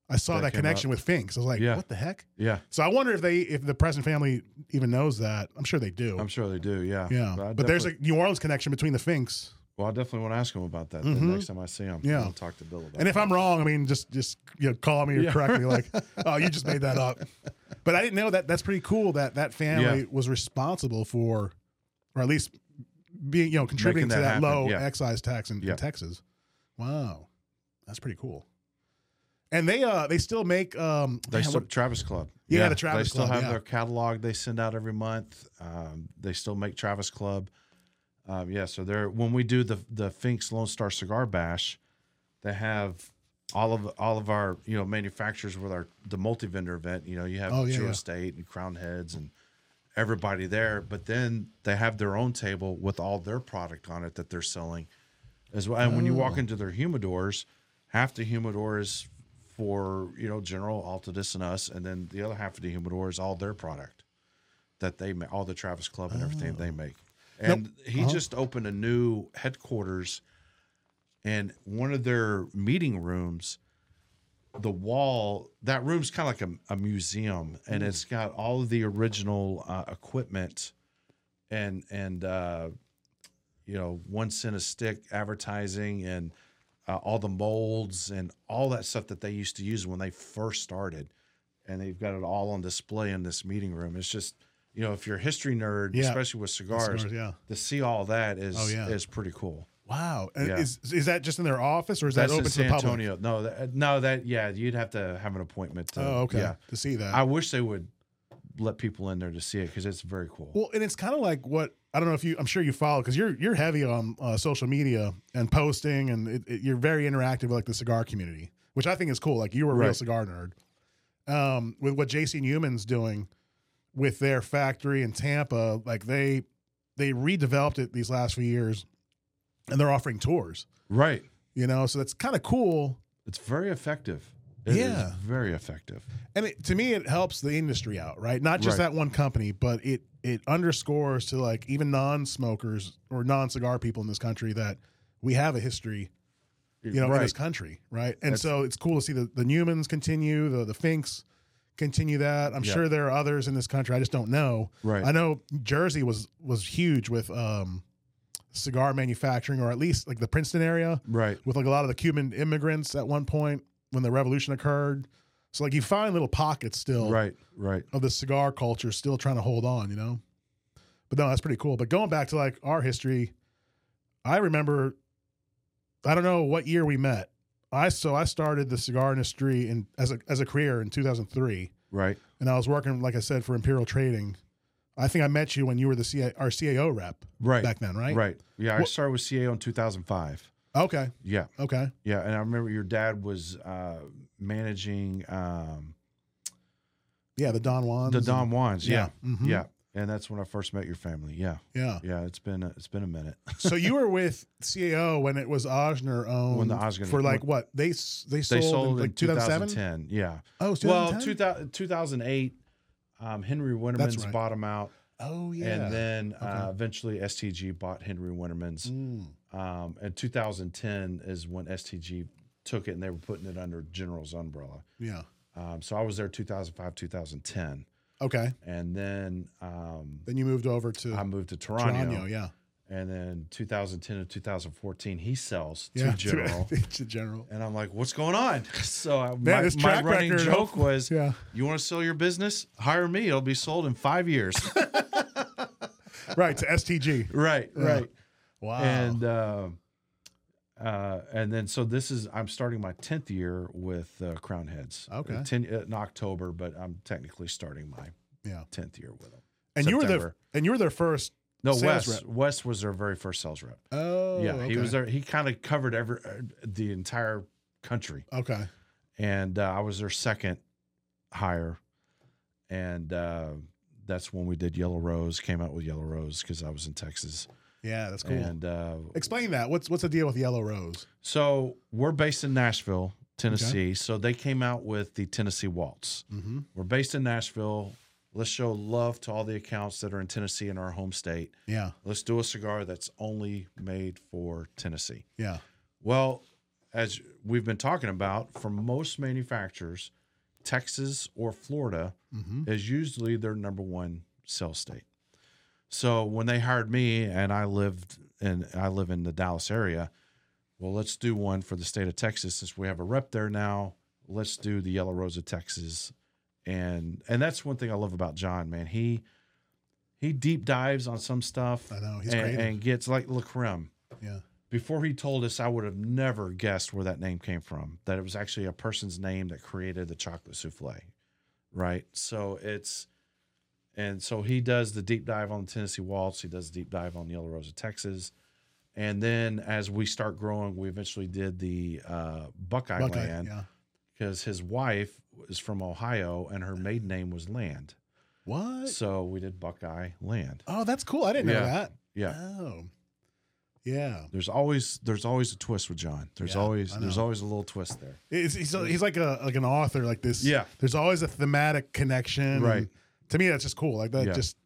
[SPEAKER 1] I saw
[SPEAKER 2] That
[SPEAKER 1] that,
[SPEAKER 2] came
[SPEAKER 1] connection with Finks. I was like,
[SPEAKER 2] Yeah.
[SPEAKER 1] what the heck?
[SPEAKER 2] Yeah.
[SPEAKER 1] So I wonder if they, if the present family even knows that. I'm sure they do.
[SPEAKER 2] I'm sure they do. Yeah.
[SPEAKER 1] yeah.
[SPEAKER 2] I
[SPEAKER 1] But, there's
[SPEAKER 2] definitely-
[SPEAKER 1] a New Orleans connection between the Finks.
[SPEAKER 2] Well, I definitely want to ask him about that
[SPEAKER 1] Mhm.
[SPEAKER 2] the next time I see him.
[SPEAKER 1] Yeah.
[SPEAKER 2] I'll talk to Bill about
[SPEAKER 1] And if
[SPEAKER 2] that.
[SPEAKER 1] I'm wrong, I mean, just just you know, call me or
[SPEAKER 2] Yeah.
[SPEAKER 1] correct me. Like, oh, you just made that up. But I didn't know that. That's pretty cool that that family was responsible for, or at least being you know contributing
[SPEAKER 2] Making
[SPEAKER 1] to that
[SPEAKER 2] that happen,
[SPEAKER 1] low
[SPEAKER 2] yeah.
[SPEAKER 1] excise tax in, in
[SPEAKER 2] Yeah.
[SPEAKER 1] Texas. Wow, that's pretty cool. And they uh they still make um
[SPEAKER 2] They
[SPEAKER 1] man,
[SPEAKER 2] still
[SPEAKER 1] what-
[SPEAKER 2] Travis Club.
[SPEAKER 1] Yeah, the Travis
[SPEAKER 2] They still
[SPEAKER 1] Club,
[SPEAKER 2] have
[SPEAKER 1] yeah.
[SPEAKER 2] their catalog they send out every month. Um, they still make Travis Club. Um, yeah, so they're when we do the the Fink's Lone Star Cigar Bash, they have all of all of our you know manufacturers with our the multi vendor event. You know, you have
[SPEAKER 1] Oh, yeah,
[SPEAKER 2] True
[SPEAKER 1] yeah.
[SPEAKER 2] Estate and Crown Heads and everybody there. But then they have their own table with all their product on it that they're selling as well. And when you
[SPEAKER 1] Oh.
[SPEAKER 2] walk into their humidors, half the humidor is for you know General Altadis and us, and then the other half of the humidor is all their product that they make, all the Travis Club and everything
[SPEAKER 1] Oh.
[SPEAKER 2] they make. And he
[SPEAKER 1] uh-huh.
[SPEAKER 2] just opened a new headquarters, and one of their meeting rooms. The wall, that room's kind of like a, a museum, and it's got all of the original uh, equipment and and uh, you know one cent a stick advertising and uh, all the molds and all that stuff that they used to use when they first started and they've got it all on display in this meeting room it's just you know if you're a history nerd
[SPEAKER 1] Yeah.
[SPEAKER 2] especially with cigars,
[SPEAKER 1] Cigars, yeah.
[SPEAKER 2] to see all that is
[SPEAKER 1] Oh, yeah.
[SPEAKER 2] is pretty cool
[SPEAKER 1] Wow, And
[SPEAKER 2] Yeah.
[SPEAKER 1] is is that just in their office or is that
[SPEAKER 2] that's
[SPEAKER 1] open
[SPEAKER 2] in
[SPEAKER 1] to the
[SPEAKER 2] san
[SPEAKER 1] public?
[SPEAKER 2] antonio no that, uh, no that yeah you'd have to have an appointment to
[SPEAKER 1] Oh, okay.
[SPEAKER 2] yeah
[SPEAKER 1] To see that,
[SPEAKER 2] i wish they would let people in there to see it because it's very cool
[SPEAKER 1] Well, and it's kind of like what I don't know if you. I'm sure you follow because you're you're heavy on uh, social media and posting, and it, it, you're very interactive with like the cigar community, which I think is cool. Like you were a real
[SPEAKER 2] Right.
[SPEAKER 1] cigar nerd. Um, with what JC Newman's doing with their factory in Tampa, like they they redeveloped it these last few years, and they're offering tours.
[SPEAKER 2] right
[SPEAKER 1] You know, so that's kind of cool.
[SPEAKER 2] it's very effective It is
[SPEAKER 1] Yeah.
[SPEAKER 2] very effective
[SPEAKER 1] and it, to me it helps the industry out right not just
[SPEAKER 2] Right.
[SPEAKER 1] that one company but it it underscores to like even non-smokers or non-cigar people in this country that we have a history you know in this country right and
[SPEAKER 2] That's-
[SPEAKER 1] so it's cool to see the, the newmans continue the the finks continue that i'm
[SPEAKER 2] Yeah.
[SPEAKER 1] sure there are others in this country i just don't know
[SPEAKER 2] right
[SPEAKER 1] i know jersey was was huge with um cigar manufacturing or at least like the princeton area
[SPEAKER 2] right
[SPEAKER 1] with like a lot of the Cuban immigrants at one point when the revolution occurred. So like you find little pockets still
[SPEAKER 2] Right, right.
[SPEAKER 1] of the cigar culture still trying to hold on, you know. But But no, that's pretty cool. But going back to like our history, I remember, I don't know what year we met. I so I started the cigar industry in as a as a career in 2003,
[SPEAKER 2] Right.
[SPEAKER 1] and I was working like I said for Imperial Trading. I think I met you when you were the CA, our CAO rep
[SPEAKER 2] Right.
[SPEAKER 1] back then, right?
[SPEAKER 2] Right. Yeah. I
[SPEAKER 1] What-
[SPEAKER 2] started with CAO in 2005.
[SPEAKER 1] Okay.
[SPEAKER 2] Yeah.
[SPEAKER 1] Okay.
[SPEAKER 2] Yeah, and I remember your dad was uh, managing um,
[SPEAKER 1] Yeah, the Don Juan.
[SPEAKER 2] the Don Juans. Yeah,
[SPEAKER 1] Mhm.
[SPEAKER 2] yeah, and that's when I first met your family. Yeah,
[SPEAKER 1] Yeah.
[SPEAKER 2] yeah, it's been a, it's been a minute.
[SPEAKER 1] so you were with CAO when it was Osner owned
[SPEAKER 2] When the Osner-
[SPEAKER 1] for like what they s- they
[SPEAKER 2] they
[SPEAKER 1] sold,
[SPEAKER 2] sold
[SPEAKER 1] in
[SPEAKER 2] in
[SPEAKER 1] like 2007.
[SPEAKER 2] 2010. Yeah,
[SPEAKER 1] Oh, it was
[SPEAKER 2] well,
[SPEAKER 1] 2010?
[SPEAKER 2] 2000, 2008, um, Henry Winterman's
[SPEAKER 1] right.
[SPEAKER 2] bought them out,
[SPEAKER 1] Oh yeah.
[SPEAKER 2] and then uh,
[SPEAKER 1] Okay.
[SPEAKER 2] eventually STG bought Henry Winterman's.
[SPEAKER 1] Mm.
[SPEAKER 2] Um, and 2010 is when STG took it, and they were putting it under General's umbrella.
[SPEAKER 1] Yeah.
[SPEAKER 2] Um, so I was there 2005, 2010,
[SPEAKER 1] Okay.
[SPEAKER 2] and then. Um,
[SPEAKER 1] Then you moved over to
[SPEAKER 2] I moved to Toronto,
[SPEAKER 1] Toronto. Yeah.
[SPEAKER 2] and then 2010 to 2014, he sells
[SPEAKER 1] Yeah. <laughs>
[SPEAKER 2] to General,
[SPEAKER 1] to general.
[SPEAKER 2] and I'm like, "What's going on?" <laughs> So I,
[SPEAKER 1] Man,
[SPEAKER 2] my,
[SPEAKER 1] this
[SPEAKER 2] my
[SPEAKER 1] track
[SPEAKER 2] running
[SPEAKER 1] record <laughs>
[SPEAKER 2] joke
[SPEAKER 1] of-
[SPEAKER 2] was,
[SPEAKER 1] Yeah.
[SPEAKER 2] "You want to sell your business? Hire me; it'll be sold in
[SPEAKER 1] <laughs>
[SPEAKER 2] five years." <laughs>
[SPEAKER 1] Right to STG.
[SPEAKER 2] right,
[SPEAKER 1] Yeah.
[SPEAKER 2] right,
[SPEAKER 1] Wow.
[SPEAKER 2] and uh, uh, and then so this is I'm starting my 10th year with uh, Crown Heads.
[SPEAKER 1] Okay.
[SPEAKER 2] Uh, 10, in October, but I'm technically starting my
[SPEAKER 1] Yeah.
[SPEAKER 2] 10th year with them.
[SPEAKER 1] and you were the
[SPEAKER 2] September.
[SPEAKER 1] and you were their first.
[SPEAKER 2] No,
[SPEAKER 1] Sales
[SPEAKER 2] Wes.
[SPEAKER 1] rep.
[SPEAKER 2] Wes was their very first sales rep.
[SPEAKER 1] Oh.
[SPEAKER 2] yeah, he was
[SPEAKER 1] okay.
[SPEAKER 2] there. He kind of covered every uh, the entire country,
[SPEAKER 1] Okay.
[SPEAKER 2] and uh, I was their second hire, and uh, that's when we did Yellow Rose. Came out with Yellow Rose because I was in Texas,
[SPEAKER 1] Yeah, that's cool.
[SPEAKER 2] and uh,
[SPEAKER 1] Explain that. What's what's the deal with Yellow Rose?
[SPEAKER 2] so we're based in Nashville, Tennessee. So they came out with the Tennessee Waltz.
[SPEAKER 1] Mm-hmm.
[SPEAKER 2] We're based in Nashville. Let's show love to all the accounts that are in Tennessee in our home state.
[SPEAKER 1] Yeah.
[SPEAKER 2] Let's do a cigar that's only made for Tennessee.
[SPEAKER 1] Yeah.
[SPEAKER 2] Well, as we've been talking about, for most manufacturers, Texas or Florida
[SPEAKER 1] Mm-hmm.
[SPEAKER 2] is usually their number one sales state. So when they hired me and I lived and I live in the Dallas area, well, let's do one for the state of Texas since we have a rep there now. Let's do the Yellow Rose of Texas. And and that's one thing I love about John, man. He he deep dives on some stuff
[SPEAKER 1] I know he's
[SPEAKER 2] and,
[SPEAKER 1] creative.
[SPEAKER 2] and gets like La Creme
[SPEAKER 1] yeah.
[SPEAKER 2] before he told us, I would have never guessed where that name came from. That it was actually a person's name that created the chocolate souffle, right? So it's, and so he does the deep dive on the Tennessee Waltz. He does the deep dive on Yellow Rose of Texas, and then as we start growing, we eventually did the uh, Buckeye,
[SPEAKER 1] Buckeye,
[SPEAKER 2] Land
[SPEAKER 1] Yeah.
[SPEAKER 2] because his wife is from Ohio and her maiden name was Land.
[SPEAKER 1] What?
[SPEAKER 2] So we did Buckeye Land.
[SPEAKER 1] Oh, that's cool. I didn't know
[SPEAKER 2] Yeah.
[SPEAKER 1] that.
[SPEAKER 2] Yeah.
[SPEAKER 1] Oh. Yeah.
[SPEAKER 2] There's always there's always a twist with John. There's
[SPEAKER 1] Yeah,
[SPEAKER 2] always
[SPEAKER 1] I
[SPEAKER 2] there's
[SPEAKER 1] know.
[SPEAKER 2] always a little twist there.
[SPEAKER 1] It's, he's, he's like a like an author like this.
[SPEAKER 2] Yeah.
[SPEAKER 1] There's always a thematic connection.
[SPEAKER 2] Right.
[SPEAKER 1] And To me, that's just cool. Like that
[SPEAKER 2] Yeah.
[SPEAKER 1] just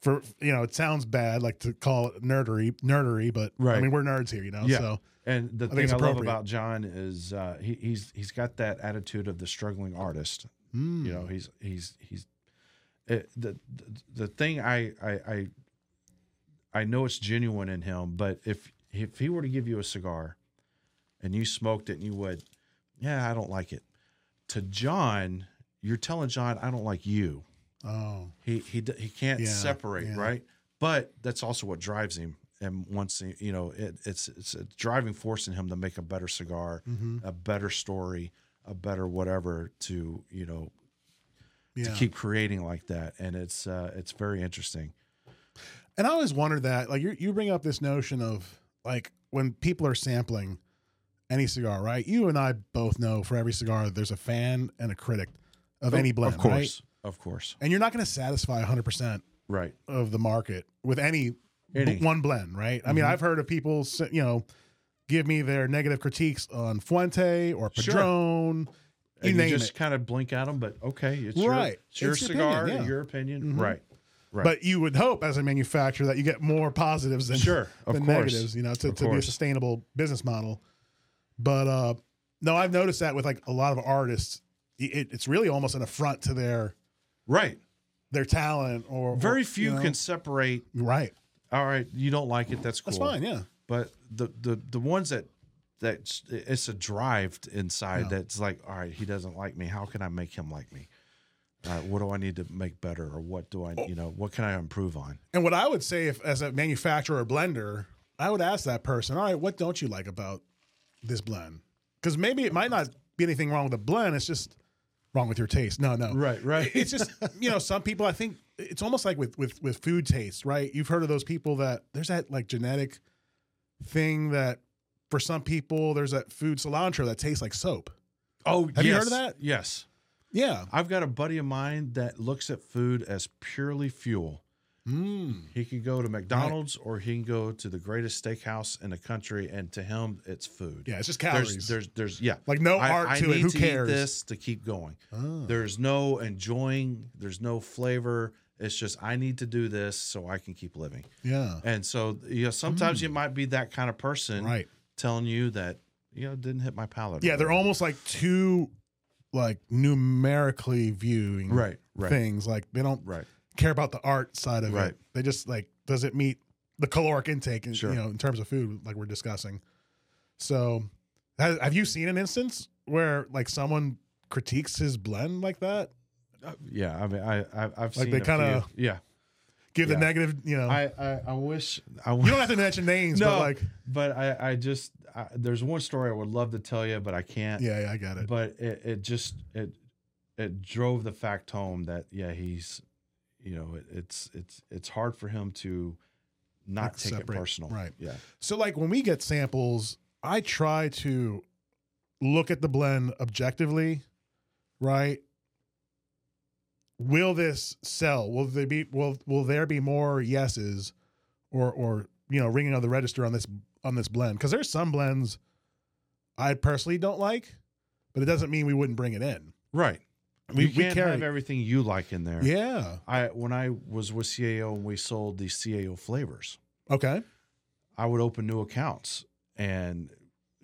[SPEAKER 1] for you know, it sounds bad like to call it nerdery nerdery, but I
[SPEAKER 2] Right.
[SPEAKER 1] mean we're nerds here, you know.
[SPEAKER 2] Yeah.
[SPEAKER 1] So
[SPEAKER 2] And the
[SPEAKER 1] think
[SPEAKER 2] thing
[SPEAKER 1] it's
[SPEAKER 2] I love
[SPEAKER 1] appropriate.
[SPEAKER 2] about John is uh, he, he's he's got that attitude of the struggling artist.
[SPEAKER 1] mm,
[SPEAKER 2] You know, he's he's he's it, the, the the thing I, I I I know it's genuine in him, but if if he were to give you a cigar and you smoked it and you would, yeah, I don't like it. To John, you're telling John I don't like you.
[SPEAKER 1] Oh.
[SPEAKER 2] He he d- he can't
[SPEAKER 1] Yeah,
[SPEAKER 2] separate,
[SPEAKER 1] yeah.
[SPEAKER 2] right? But that's also what drives him. And once he, you know, it, it's it's a driving force in him to make a better cigar,
[SPEAKER 1] hmm
[SPEAKER 2] a better story, a better whatever to you know
[SPEAKER 1] Yeah.
[SPEAKER 2] to keep creating like that. And it's uh, it's very interesting.
[SPEAKER 1] And I always wondered that, like you you bring up this notion of like when people are sampling any cigar, right? You and I both know for every cigar there's a fan and a critic of any blend,
[SPEAKER 2] Oh, of
[SPEAKER 1] right?
[SPEAKER 2] course, of course,
[SPEAKER 1] And you're not going to satisfy 100 percent
[SPEAKER 2] right?
[SPEAKER 1] of the market with any, b-
[SPEAKER 2] Any.
[SPEAKER 1] one blend, right? I mean,
[SPEAKER 2] Mhm.
[SPEAKER 1] I've heard of people, s- you know, give me their negative critiques on Fuente or
[SPEAKER 2] Sure.
[SPEAKER 1] Padron. You
[SPEAKER 2] and
[SPEAKER 1] name
[SPEAKER 2] you just
[SPEAKER 1] it.
[SPEAKER 2] kind of blink at them, but okay, it's
[SPEAKER 1] Right.
[SPEAKER 2] your it's your
[SPEAKER 1] It's your
[SPEAKER 2] cigar,
[SPEAKER 1] opinion, yeah.
[SPEAKER 2] your opinion,
[SPEAKER 1] Mhm. <laughs>
[SPEAKER 2] right? Right.
[SPEAKER 1] But you would hope as a manufacturer that you get more positives than, <laughs>
[SPEAKER 2] sure, of
[SPEAKER 1] than
[SPEAKER 2] course.
[SPEAKER 1] negatives, you know, to,
[SPEAKER 2] Of
[SPEAKER 1] to be a
[SPEAKER 2] course.
[SPEAKER 1] sustainable business model. But uh no, I've noticed that with like a lot of artists, i- it, it's really almost an affront to their
[SPEAKER 2] Right.
[SPEAKER 1] their talent or or,
[SPEAKER 2] Very
[SPEAKER 1] you
[SPEAKER 2] few
[SPEAKER 1] know.
[SPEAKER 2] can separate.
[SPEAKER 1] Right.
[SPEAKER 2] All right, you don't like it. That's cool.
[SPEAKER 1] That's fine, yeah.
[SPEAKER 2] but the the the ones that that it's a drive inside
[SPEAKER 1] Yeah.
[SPEAKER 2] that's like all right he doesn't like me how can i make him like me Uh, what do I need to make better, or what do I,
[SPEAKER 1] Oh.
[SPEAKER 2] you know, what can I improve on?
[SPEAKER 1] And what I would say, if as a manufacturer or blender, I would ask that person, all right, what don't you like about this blend? Because maybe it might not be anything wrong with the blend. It's just wrong with your taste. No, no,
[SPEAKER 2] Right, right.
[SPEAKER 1] It's just you know, some people. I think it's almost like with with with food taste, right? You've heard of those people that there's that like genetic thing that for some people there's that food cilantro that tastes like soap.
[SPEAKER 2] <laughs> Oh,
[SPEAKER 1] Have you heard of
[SPEAKER 2] yes,
[SPEAKER 1] that?
[SPEAKER 2] Yes,
[SPEAKER 1] Yeah.
[SPEAKER 2] I've got a buddy of mine that looks at food as purely fuel.
[SPEAKER 1] Mm.
[SPEAKER 2] He can go to McDonald's or he can go to the greatest steakhouse in the country, and to him, it's food.
[SPEAKER 1] Yeah, it's just
[SPEAKER 2] there's,
[SPEAKER 1] calories.
[SPEAKER 2] there's, there's, yeah.
[SPEAKER 1] like no
[SPEAKER 2] I-
[SPEAKER 1] art
[SPEAKER 2] I
[SPEAKER 1] to it.
[SPEAKER 2] need
[SPEAKER 1] Who
[SPEAKER 2] to
[SPEAKER 1] cares?
[SPEAKER 2] Eat this to keep going.
[SPEAKER 1] Ah.
[SPEAKER 2] There's no enjoying. There's no flavor. It's just I need to do this so I can keep living.
[SPEAKER 1] Yeah.
[SPEAKER 2] And so you know, sometimes you might be that kind of person
[SPEAKER 1] Mm. Right.
[SPEAKER 2] telling you that you know didn't hit my palate.
[SPEAKER 1] Yeah, they're almost like two, like numerically viewing
[SPEAKER 2] right, right,
[SPEAKER 1] things. Like they don't
[SPEAKER 2] right.
[SPEAKER 1] care about the art side of
[SPEAKER 2] Right.
[SPEAKER 1] it. They just like does it meet the caloric intake? In,
[SPEAKER 2] Sure.
[SPEAKER 1] You know, in terms of food, like we're discussing. So, has, have you seen an instance where like someone critiques his blend like that?
[SPEAKER 2] Uh, Yeah, I mean, I, I I've
[SPEAKER 1] Like
[SPEAKER 2] seen
[SPEAKER 1] they
[SPEAKER 2] a few-
[SPEAKER 1] kinda-
[SPEAKER 2] yeah.
[SPEAKER 1] Give
[SPEAKER 2] Yeah.
[SPEAKER 1] the negative. You know,
[SPEAKER 2] I, I I wish I
[SPEAKER 1] you don't have to mention names,
[SPEAKER 2] No.
[SPEAKER 1] but like,
[SPEAKER 2] but I I just I, there's one story I would love to tell you, but I can't.
[SPEAKER 1] yeah, yeah, I got it.
[SPEAKER 2] But it, it just it it drove the fact home that yeah he's you know it, it's it's it's hard for him to not
[SPEAKER 1] Like,
[SPEAKER 2] take
[SPEAKER 1] separate,
[SPEAKER 2] it personal.
[SPEAKER 1] right.
[SPEAKER 2] Yeah.
[SPEAKER 1] So like when we get samples, I try to look at the blend objectively, right? Will this sell? Will they be will will there be more yeses or or you know, ringing of the register on this on this blend? Cuz there's some blends I personally don't like, but it doesn't mean we wouldn't bring it in.
[SPEAKER 2] Right.
[SPEAKER 1] We
[SPEAKER 2] you
[SPEAKER 1] we
[SPEAKER 2] can't
[SPEAKER 1] carry
[SPEAKER 2] have everything you like in there.
[SPEAKER 1] Yeah.
[SPEAKER 2] I when I was with CAO and we sold the CAO flavors,
[SPEAKER 1] Okay.
[SPEAKER 2] I would open new accounts and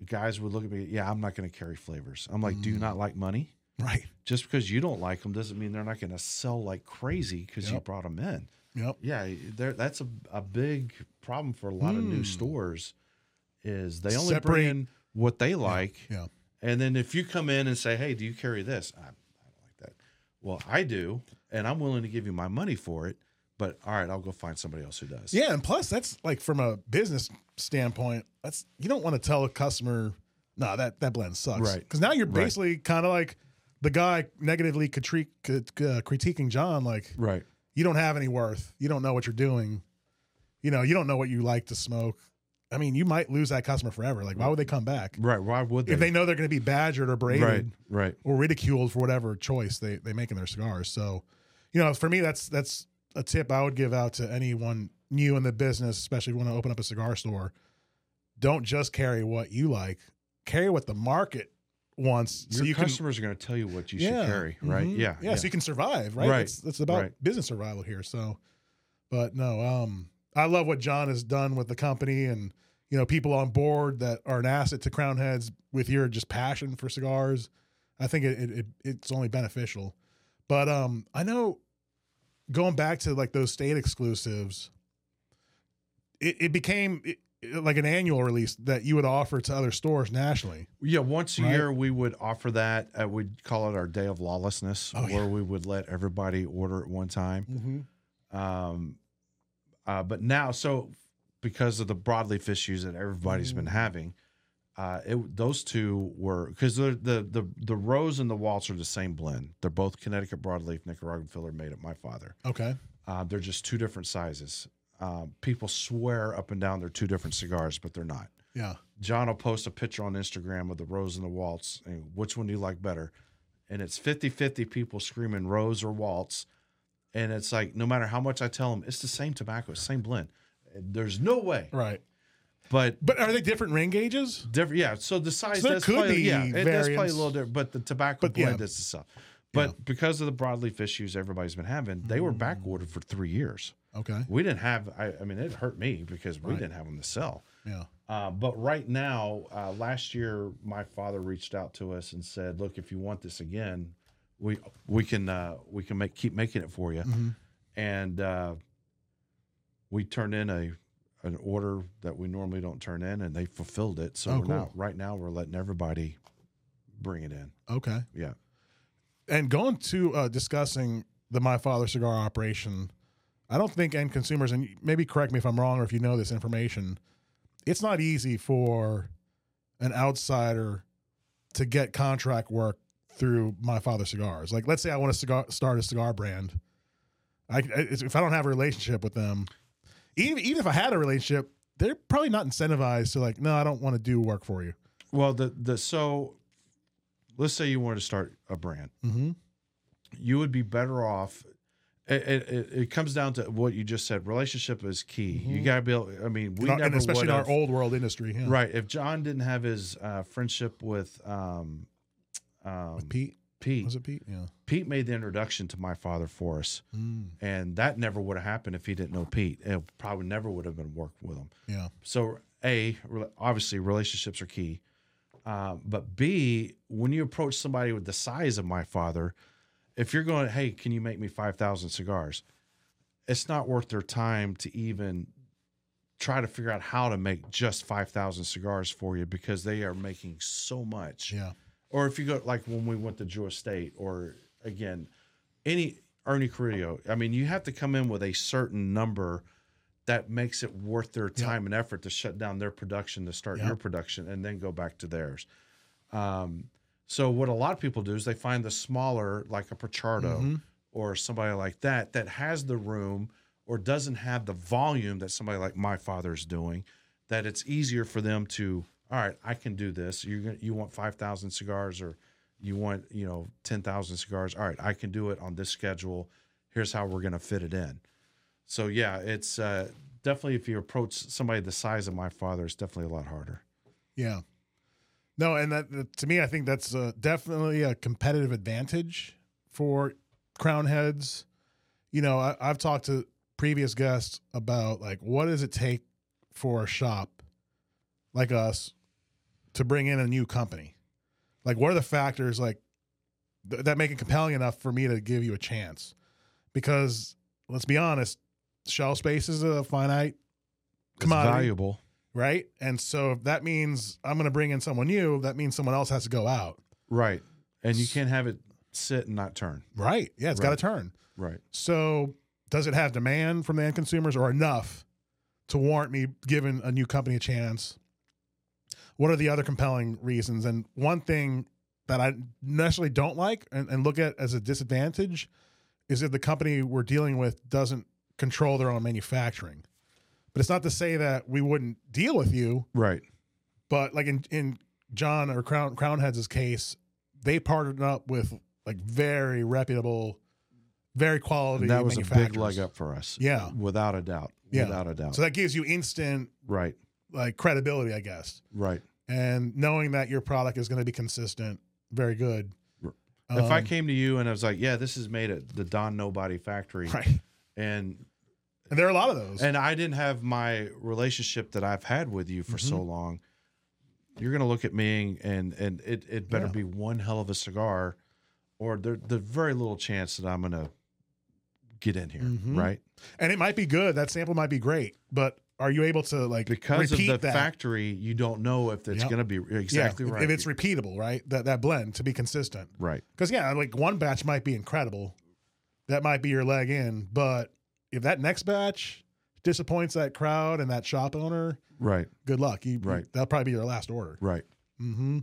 [SPEAKER 2] guys would look at me, yeah, I'm not going to carry flavors. I'm like, do you
[SPEAKER 1] Mm.
[SPEAKER 2] not like money?
[SPEAKER 1] Right.
[SPEAKER 2] Just because you don't like them doesn't mean they're not going to sell like crazy because you
[SPEAKER 1] Yep.
[SPEAKER 2] brought them in.
[SPEAKER 1] Yep.
[SPEAKER 2] Yeah, there that's a, a big problem for a lot of new
[SPEAKER 1] Mm.
[SPEAKER 2] stores is they only
[SPEAKER 1] Separate-
[SPEAKER 2] bring in what they like.
[SPEAKER 1] yeah.
[SPEAKER 2] And then if you come in and say, "Hey, do you carry this?" I, I don't like that. Well, I do, and I'm willing to give you my money for it. But all right, I'll go find somebody else who does.
[SPEAKER 1] Yeah, and plus that's like from a business standpoint, that's you don't want to tell a customer, no, that that blend sucks,
[SPEAKER 2] Right.
[SPEAKER 1] Because now you're
[SPEAKER 2] Right.
[SPEAKER 1] basically kind of like the guy negatively critique, uh, critiquing John, like
[SPEAKER 2] Right.
[SPEAKER 1] you don't have any worth, you don't know what you're doing, you know, you don't know what you like to smoke. I mean, you might lose that customer forever. Like, why would they come back
[SPEAKER 2] Right. Why would they?
[SPEAKER 1] if they know they're going to be badgered or berated?
[SPEAKER 2] right. Right.
[SPEAKER 1] or ridiculed for whatever choice they they make in their cigars. So, you know, for me, that's that's a tip I would give out to anyone new in the business, especially if you want to open up a cigar store. Don't just carry what you like; carry what the market wants,
[SPEAKER 2] Your
[SPEAKER 1] so you
[SPEAKER 2] customers are going to tell you what you
[SPEAKER 1] can
[SPEAKER 2] should carry. Right.
[SPEAKER 1] Mhm.
[SPEAKER 2] Yeah.
[SPEAKER 1] yeah, so you can survive, right?
[SPEAKER 2] Right,
[SPEAKER 1] It's, it's about
[SPEAKER 2] right.
[SPEAKER 1] business survival here. So, but no, um, I love what John has done with the company and. You know, people on board that are an asset to Crown Heads with your just passion for cigars. I think it, it, it it's only beneficial. But um, I know going back to like those state exclusives, it, it became it, it- like an annual release that you would offer to other stores nationally.
[SPEAKER 2] Yeah, once a
[SPEAKER 1] Right.
[SPEAKER 2] year we would offer that. Uh, we'd call it our day of lawlessness,
[SPEAKER 1] Oh,
[SPEAKER 2] where we would let everybody order at one time. Um, uh, but now, so because of the broadleaf issues that everybody's been
[SPEAKER 1] Mm.
[SPEAKER 2] having, uh, it, those two were because the the the rose and the waltz are the same blend. They're both Connecticut broadleaf Nicaraguan filler made at my father.
[SPEAKER 1] Okay.
[SPEAKER 2] Uh, they're just two different sizes. Um, people swear up and down they're two different cigars, but they're not.
[SPEAKER 1] Yeah.
[SPEAKER 2] John will post a picture on Instagram of the Rose and the Waltz and which one do you like better? And it's 50 50 people screaming Rose or Waltz. And it's like, no matter how much I tell them, it's the same tobacco, same blend. There's no way.
[SPEAKER 1] Right.
[SPEAKER 2] But
[SPEAKER 1] But are they different ring gauges?
[SPEAKER 2] different, yeah. So the size
[SPEAKER 1] So there
[SPEAKER 2] does
[SPEAKER 1] could
[SPEAKER 2] play,
[SPEAKER 1] be
[SPEAKER 2] yeah, it does play a
[SPEAKER 1] variance.
[SPEAKER 2] little different, but the tobacco
[SPEAKER 1] But, yeah.
[SPEAKER 2] blend is the stuff. But because of the broadleaf issues everybody's been having, they
[SPEAKER 1] Mm.
[SPEAKER 2] were back ordered for three years.
[SPEAKER 1] Okay.
[SPEAKER 2] We didn't have, I, I mean, it hurt me because we
[SPEAKER 1] Right.
[SPEAKER 2] didn't have them to sell.
[SPEAKER 1] Yeah.
[SPEAKER 2] Uh, but right now, uh, last year, my father reached out to us and said, "Look, if you want this again, we we can uh, we can make keep making it for you."
[SPEAKER 1] Mhm.
[SPEAKER 2] And uh, we turned in a an order that we normally don't turn in, and they fulfilled it. So
[SPEAKER 1] Oh,
[SPEAKER 2] we're
[SPEAKER 1] cool.
[SPEAKER 2] now, right now, we're letting everybody bring it in.
[SPEAKER 1] Okay.
[SPEAKER 2] Yeah.
[SPEAKER 1] and going to uh, discussing the My Father cigar operation, I don't think end consumers, and maybe correct me if I'm wrong or if you know this information, it's not easy for an outsider to get contract work through My Father cigars. Like, let's say I want to cigar, start a cigar brand. I, I- if I don't have a relationship with them, even, even if I had a relationship, they're probably not incentivized to like, no, I don't want to do work for you.
[SPEAKER 2] Well, the the so let's say you wanted to start a brand.
[SPEAKER 1] Mm-hmm.
[SPEAKER 2] you would be better off. It, it, it- it comes down to what you just said. Relationship is key. You
[SPEAKER 1] Mhm.
[SPEAKER 2] got to be able. I mean,
[SPEAKER 1] And
[SPEAKER 2] we
[SPEAKER 1] our-
[SPEAKER 2] never
[SPEAKER 1] and especially in our
[SPEAKER 2] would've-
[SPEAKER 1] old world industry. Yeah.
[SPEAKER 2] right. If John didn't have his uh, friendship with um, um,
[SPEAKER 1] With Pete,
[SPEAKER 2] Pete,
[SPEAKER 1] was it Pete? Yeah.
[SPEAKER 2] Pete made the introduction to my father for us,
[SPEAKER 1] Mm,
[SPEAKER 2] and that never would have happened if he didn't know Pete. It probably never would have been working with him.
[SPEAKER 1] yeah.
[SPEAKER 2] So, A, rela- obviously relationships are key. Um, but B, when you approach somebody with the size of my father, if you're going, hey, can you make me 5,000 cigars? It's not worth their time to even try to figure out how to make just 5,000 cigars for you because they are making so much
[SPEAKER 1] Yeah.
[SPEAKER 2] or if you go like when we went to Drew Estate, or again, any Ernie Carrillo. I mean, you have to come in with a certain number that makes it worth their time and effort to shut down their production to start
[SPEAKER 1] Yeah.
[SPEAKER 2] your production and then go back to theirs. Um, so what a lot of people do is they find the smaller, like a Pichardo
[SPEAKER 1] Mhm.
[SPEAKER 2] or somebody like that, that has the room or doesn't have the volume that somebody like my father's doing that it's easier for them to all right i can do this you gonna you want 5000 cigars or you want you know 10000 cigars all right i can do it on this schedule here's how we're going to fit it in so yeah it's uh, definitely if you approach somebody the size of my father it's definitely a lot harder
[SPEAKER 1] Yeah. No, and that, that- to me, I think that's uh, definitely a competitive advantage for crown heads. You know, I, I've talked to previous guests about like what does it take for a shop like us to bring in a new company? Like, what are the factors like th- that make it compelling enough for me to give you a chance? Because let's be honest, shelf space is a finite
[SPEAKER 2] it's
[SPEAKER 1] commodity
[SPEAKER 2] valuable
[SPEAKER 1] right? And so if that means I'm going to bring in someone new, that means someone else has to go out,
[SPEAKER 2] right and you can't have it sit and not turn
[SPEAKER 1] right? Yeah, it's got to turn.
[SPEAKER 2] right
[SPEAKER 1] So does it have demand from the end consumers or enough to warrant me giving a new company a chance? What are the other compelling reasons? And one thing that I necessarily don't like and, and look at as a disadvantage is if the company we're dealing with doesn't control their own manufacturing. But it's not to say that we wouldn't deal with you.
[SPEAKER 2] right
[SPEAKER 1] but like in in John or Crown Crownheads' case, they partnered up with like very reputable, very quality.
[SPEAKER 2] And that was a big
[SPEAKER 1] manufacturers.
[SPEAKER 2] leg up for us
[SPEAKER 1] Yeah.
[SPEAKER 2] without a doubt
[SPEAKER 1] Yeah.
[SPEAKER 2] without a doubt
[SPEAKER 1] So that gives you instant
[SPEAKER 2] right
[SPEAKER 1] like credibility, I guess,
[SPEAKER 2] right
[SPEAKER 1] and knowing that your product is going to be consistent, very good.
[SPEAKER 2] If if i
[SPEAKER 1] Um,
[SPEAKER 2] came to you and i was like yeah this is made at the don nobody
[SPEAKER 1] <laughs>
[SPEAKER 2] factory
[SPEAKER 1] right,
[SPEAKER 2] and
[SPEAKER 1] and there are a lot of those.
[SPEAKER 2] and I didn't have my relationship that I've had with you for so
[SPEAKER 1] Mm-hmm.
[SPEAKER 2] long, you're gonna look at me and and it it better
[SPEAKER 1] Yeah.
[SPEAKER 2] be one hell of a cigar, or there there's very little chance that I'm gonna get in here,
[SPEAKER 1] Mhm.
[SPEAKER 2] right?
[SPEAKER 1] and it might be good. That sample might be great, but are you able to like
[SPEAKER 2] Because
[SPEAKER 1] repeat
[SPEAKER 2] of the
[SPEAKER 1] that?
[SPEAKER 2] factory, you don't know if it's
[SPEAKER 1] Yep.
[SPEAKER 2] gonna be
[SPEAKER 1] Yeah,
[SPEAKER 2] exactly
[SPEAKER 1] if-
[SPEAKER 2] right.
[SPEAKER 1] If it's repeatable, right? That that blend to be consistent.
[SPEAKER 2] right,
[SPEAKER 1] Because yeah, like one batch might be incredible, that might be your leg in, but if that next batch disappoints that crowd and that shop owner,
[SPEAKER 2] right,
[SPEAKER 1] good luck. You,
[SPEAKER 2] Right.
[SPEAKER 1] that'll probably be your last order.
[SPEAKER 2] right.
[SPEAKER 1] hmm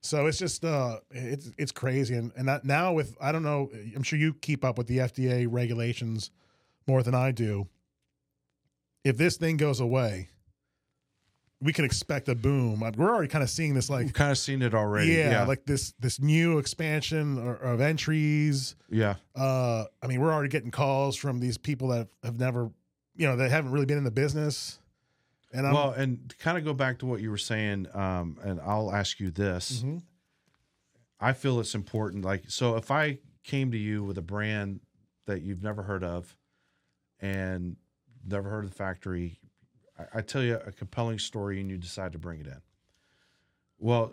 [SPEAKER 1] So it's just uh, it's it's crazy, and and that now with I don't know, I'm sure you keep up with the FDA regulations more than I do. If this thing goes away, we can expect a boom. Like, We're already kind of seeing this,
[SPEAKER 2] We've
[SPEAKER 1] like
[SPEAKER 2] kind of seen it already.
[SPEAKER 1] yeah,
[SPEAKER 2] Yeah, yeah.
[SPEAKER 1] like this this new expansion or, of entries uh, I mean, we're already getting calls from these people that have never, you know, that haven't really been in the business. And I'm,
[SPEAKER 2] Well, and to kind of go back to what you were saying, um, and I'll ask you this.
[SPEAKER 1] Mhm.
[SPEAKER 2] I feel it's important. Like, so if I came to you with a brand that you've never heard of and never heard of the factory, I, I tell you a compelling story and you decide to bring it in. Well,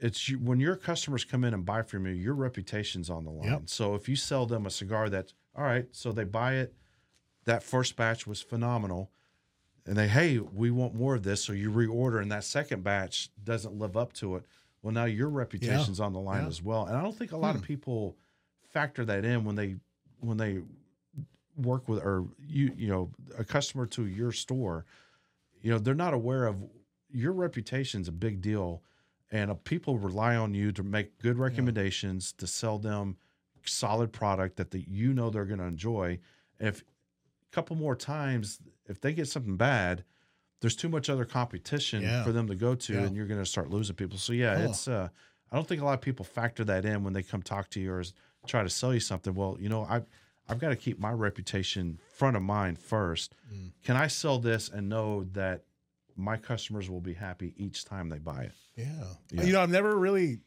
[SPEAKER 2] it's you, when your customers come in and buy from you, your reputation's on the line.
[SPEAKER 1] Yep.
[SPEAKER 2] So if you sell them a cigar that's all right, so they buy it, that first batch was phenomenal. And they, hey, we want more of this. So you reorder, and that second batch doesn't live up to it. Well, now your reputation's on the line
[SPEAKER 1] Yeah.
[SPEAKER 2] as well. And I don't think a lot
[SPEAKER 1] Hmm.
[SPEAKER 2] of people factor that in when they when they work with or you you know a customer to your store you know they're not aware of your reputation's a big deal and uh, people rely on you to make good recommendations to sell them solid product that the, you know they're going to enjoy if a couple more times if they get something bad there's too much other competition
[SPEAKER 1] Yeah.
[SPEAKER 2] for them to go to
[SPEAKER 1] Yeah.
[SPEAKER 2] and you're going to start losing people so yeah
[SPEAKER 1] Huh.
[SPEAKER 2] it's uh i don't think a lot of people factor that in when they come talk to you or s- try to sell you something well you know i I've got to keep my reputation front of mind first.
[SPEAKER 1] Mm.
[SPEAKER 2] Can I sell this and know that my customers will be happy each time they buy it?
[SPEAKER 1] Yeah.
[SPEAKER 2] Yeah.
[SPEAKER 1] You know, I've never really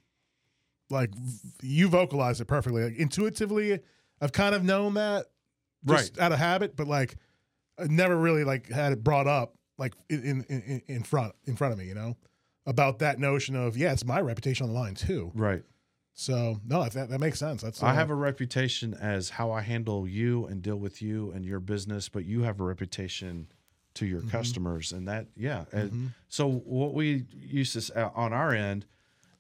[SPEAKER 1] like v- you vocalized it perfectly. Like intuitively, I've kind of known that just out of habit, but like I never really like had it brought up like in in- in in front in front of me, you know, about that notion of yeah, it's my reputation on the line too.
[SPEAKER 2] Right.
[SPEAKER 1] So no, that that makes sense. That's uh,
[SPEAKER 2] I have a reputation as how I handle you and deal with you and your business, but you have a reputation to your
[SPEAKER 1] Mhm.
[SPEAKER 2] customers. And that, yeah. And
[SPEAKER 1] Mhm.
[SPEAKER 2] So what we use this uh, on our end,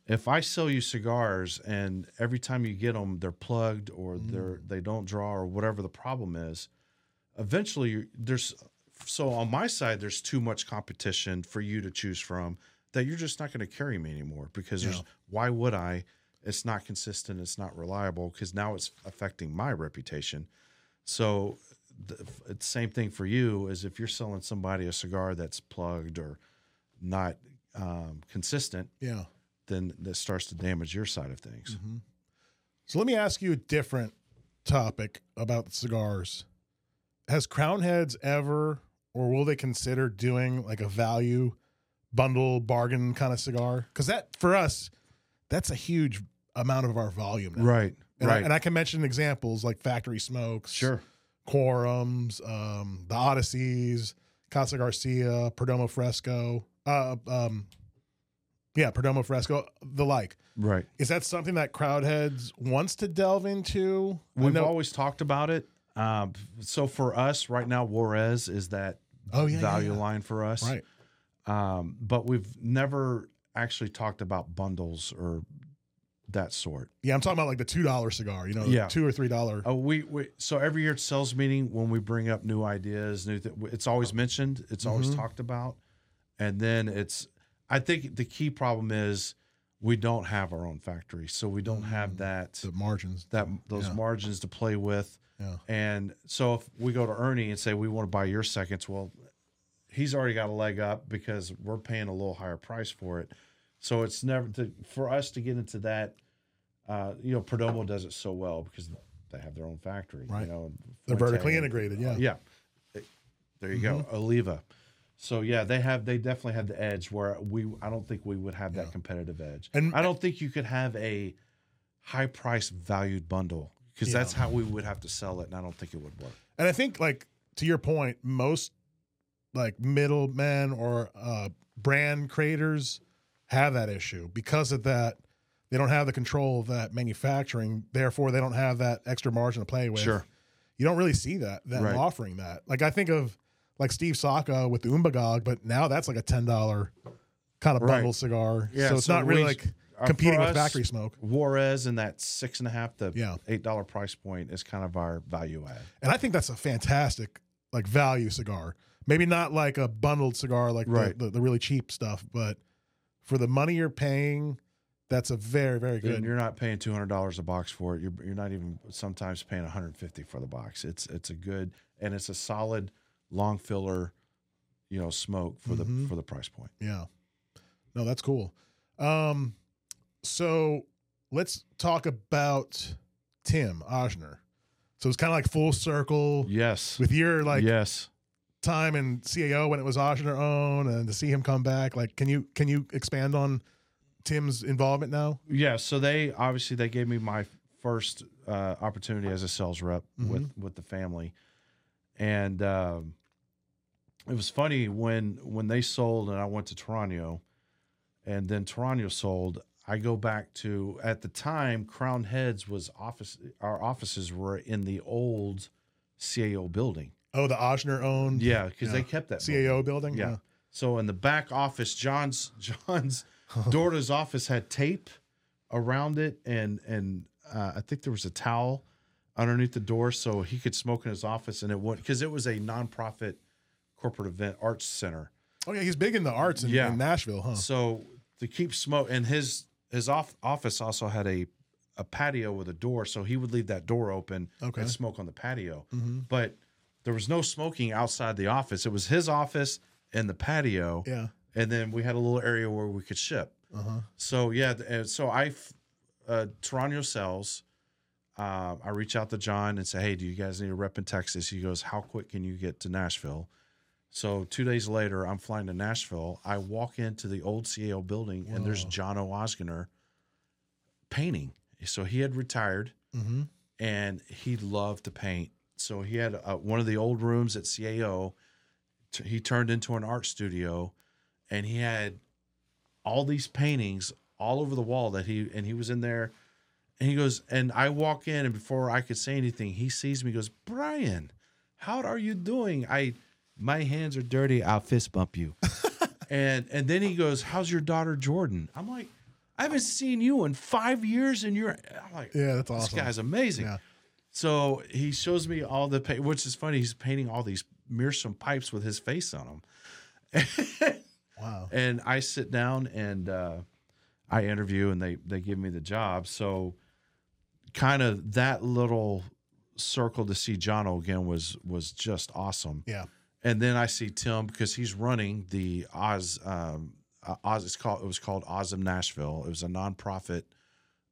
[SPEAKER 2] if I sell you cigars and every time you get them they're plugged or
[SPEAKER 1] Mm.
[SPEAKER 2] they're they don't draw or whatever the problem is, eventually you- there's so on my side there's too much competition for you to choose from that you're just not going to carry me anymore because there's
[SPEAKER 1] Yeah.
[SPEAKER 2] why would I? It's not consistent. It's not reliable because now it's affecting my reputation. So the f- same thing for you is if you're selling somebody a cigar that's plugged or not um, consistent,
[SPEAKER 1] yeah. mm-hmm.
[SPEAKER 2] then that starts to damage your side of things.
[SPEAKER 1] So let me ask you a different topic about cigars. Has Crown Heads ever or will they consider doing like a value bundle bargain kind of cigar? Because that for us, that's a huge amount of our volume. now.
[SPEAKER 2] Right,
[SPEAKER 1] Mm-hmm. And, I, and I can mention examples like Factory Smokes,
[SPEAKER 2] sure.
[SPEAKER 1] Quorums, um, the Odysseys, Casa Garcia, Perdomo Fresco, uh, um, yeah, Perdomo Fresco, the like.
[SPEAKER 2] Right.
[SPEAKER 1] Is that something that Crowdheads wants to delve into? I
[SPEAKER 2] We've
[SPEAKER 1] know-
[SPEAKER 2] always talked about it. Um, so for us right now, Juarez is that
[SPEAKER 1] oh yeah, yeah,
[SPEAKER 2] value
[SPEAKER 1] yeah.
[SPEAKER 2] line for us.
[SPEAKER 1] right?
[SPEAKER 2] Um, but we've never actually talked about bundles or that sort.
[SPEAKER 1] Yeah, I'm talking about like the two dollar cigar. You know, the
[SPEAKER 2] Yeah.
[SPEAKER 1] two or three dollar.
[SPEAKER 2] Oh, we, we so every year at sales meeting when we bring up new ideas, new th- it's always mentioned, it's always
[SPEAKER 1] Mhm.
[SPEAKER 2] talked about, and then it's. I think the key problem is we don't have our own factory, so we don't have
[SPEAKER 1] Mm.
[SPEAKER 2] that
[SPEAKER 1] the margins.
[SPEAKER 2] that those
[SPEAKER 1] Yeah.
[SPEAKER 2] margins to play with.
[SPEAKER 1] Yeah.
[SPEAKER 2] And so if we go to Ernie and say we want to buy your seconds, well, he's already got a leg up because we're paying a little higher price for it. So it's never to, for us to get into that. Uh, you know, Perdomo does it so well because they have their own factory.
[SPEAKER 1] Right.
[SPEAKER 2] You know,
[SPEAKER 1] They're
[SPEAKER 2] Fuente
[SPEAKER 1] vertically
[SPEAKER 2] and-
[SPEAKER 1] integrated. Yeah, Mm-hmm.
[SPEAKER 2] yeah. There you go, Oliva. So yeah, they have they definitely have the edge where we I don't think we would have
[SPEAKER 1] Yeah.
[SPEAKER 2] that competitive edge.
[SPEAKER 1] And-
[SPEAKER 2] I don't think you could have a high price valued bundle because
[SPEAKER 1] Yeah.
[SPEAKER 2] that's how we would have to sell it, and I don't think it would work.
[SPEAKER 1] and I think like to your point, most like middlemen or uh, brand creators have that issue because of that. They don't have the control of that manufacturing, therefore they don't have that extra margin to play with. you don't really see that them
[SPEAKER 2] Right.
[SPEAKER 1] offering that. Like I think of like Steve Saka with the Umbagog, but now that's like a ten dollar kind of
[SPEAKER 2] Right.
[SPEAKER 1] bundle cigar.
[SPEAKER 2] Yeah,
[SPEAKER 1] so it's
[SPEAKER 2] so
[SPEAKER 1] not really
[SPEAKER 2] we-
[SPEAKER 1] like
[SPEAKER 2] Uh,
[SPEAKER 1] competing
[SPEAKER 2] for
[SPEAKER 1] with
[SPEAKER 2] us,
[SPEAKER 1] factory smoke.
[SPEAKER 2] Juarez and that six and a half to
[SPEAKER 1] Yeah.
[SPEAKER 2] eight dollar price point is kind of our value add.
[SPEAKER 1] And I think that's a fantastic like value cigar. Maybe not like a bundled cigar like
[SPEAKER 2] Right.
[SPEAKER 1] the, the, the really cheap stuff, but for the money you're paying, that's a very, very
[SPEAKER 2] And
[SPEAKER 1] good
[SPEAKER 2] you're not paying two hundred dollars a box for it. You're you're not even sometimes paying one hundred fifty for the box. It's it's a good and it's a solid long filler, you know, smoke for
[SPEAKER 1] Mhm.
[SPEAKER 2] the for the price point.
[SPEAKER 1] Yeah. No, that's cool. Um, so let's talk about Tim Oshner. So it's kind of like full circle
[SPEAKER 2] Yes,
[SPEAKER 1] with your like
[SPEAKER 2] yes.
[SPEAKER 1] time in CAO when it was Oshner owned, and to see him come back. Like, can you can you expand on Tim's involvement now?
[SPEAKER 2] yeah so they obviously they gave me my first uh, opportunity as a sales representative with with the family and um, it was funny when when they sold and i went to toronto and then toronto sold i go back to at the time crown heads was office our offices were in the old cao building
[SPEAKER 1] Oh, the Oshner owned
[SPEAKER 2] yeah because they
[SPEAKER 1] Yeah.
[SPEAKER 2] kept that building.
[SPEAKER 1] CAO building.
[SPEAKER 2] Yeah. So in the back office, <laughs> John's John's Dorta's office had tape around it and and uh, I think there was a towel underneath the door so he could smoke in his office, and it would because it was a nonprofit corporate event arts center.
[SPEAKER 1] Oh yeah, he's big in the arts in,
[SPEAKER 2] Yeah.
[SPEAKER 1] in Nashville, huh?
[SPEAKER 2] So to keep smoke, and his his off, office also had a a patio with a door, so he would leave that door open
[SPEAKER 1] Okay.
[SPEAKER 2] and smoke on the patio.
[SPEAKER 1] hmm
[SPEAKER 2] But there was no smoking outside the office. It was his office and the patio,
[SPEAKER 1] Yeah.
[SPEAKER 2] and then we had a little area where we could ship.
[SPEAKER 1] Uh huh.
[SPEAKER 2] So yeah, th- and so I, f- uh, Toronto sells. Um, I reach out to John and say, "Hey, do you guys need a rep in Texas?" He goes, "How quick can you get to Nashville?" So two days later, I'm flying to Nashville. I walk into the old CAO building, and there's
[SPEAKER 1] Whoa.
[SPEAKER 2] John O'Osgener painting. So he had retired,
[SPEAKER 1] Mm-hmm.
[SPEAKER 2] and he loved to paint. So he had uh, one of the old rooms at CAO. T- he turned into an art studio, and he had all these paintings all over the wall that he and he was in there. And he goes, and I walk in, and before I could say anything, he sees me. He goes, Brian, how are you doing? I, my hands are dirty. I'll fist bump you. and and then he goes, how's your daughter Jordan? I'm like, I haven't seen you in five years, and you're. I'm like,
[SPEAKER 1] Yeah, that's
[SPEAKER 2] this
[SPEAKER 1] awesome.
[SPEAKER 2] guy's amazing.
[SPEAKER 1] Yeah.
[SPEAKER 2] So he shows me all the, pa- which is funny. He's painting all these meerschaum pipes with his face on them.
[SPEAKER 1] wow.
[SPEAKER 2] and I sit down and uh, I interview, and they they give me the job. So kind of that little circle to see John again was was just awesome.
[SPEAKER 1] Yeah.
[SPEAKER 2] And then I see Tim because he's running the Oz. Um, uh, Oz it's called it was called Ozum Nashville. It was a nonprofit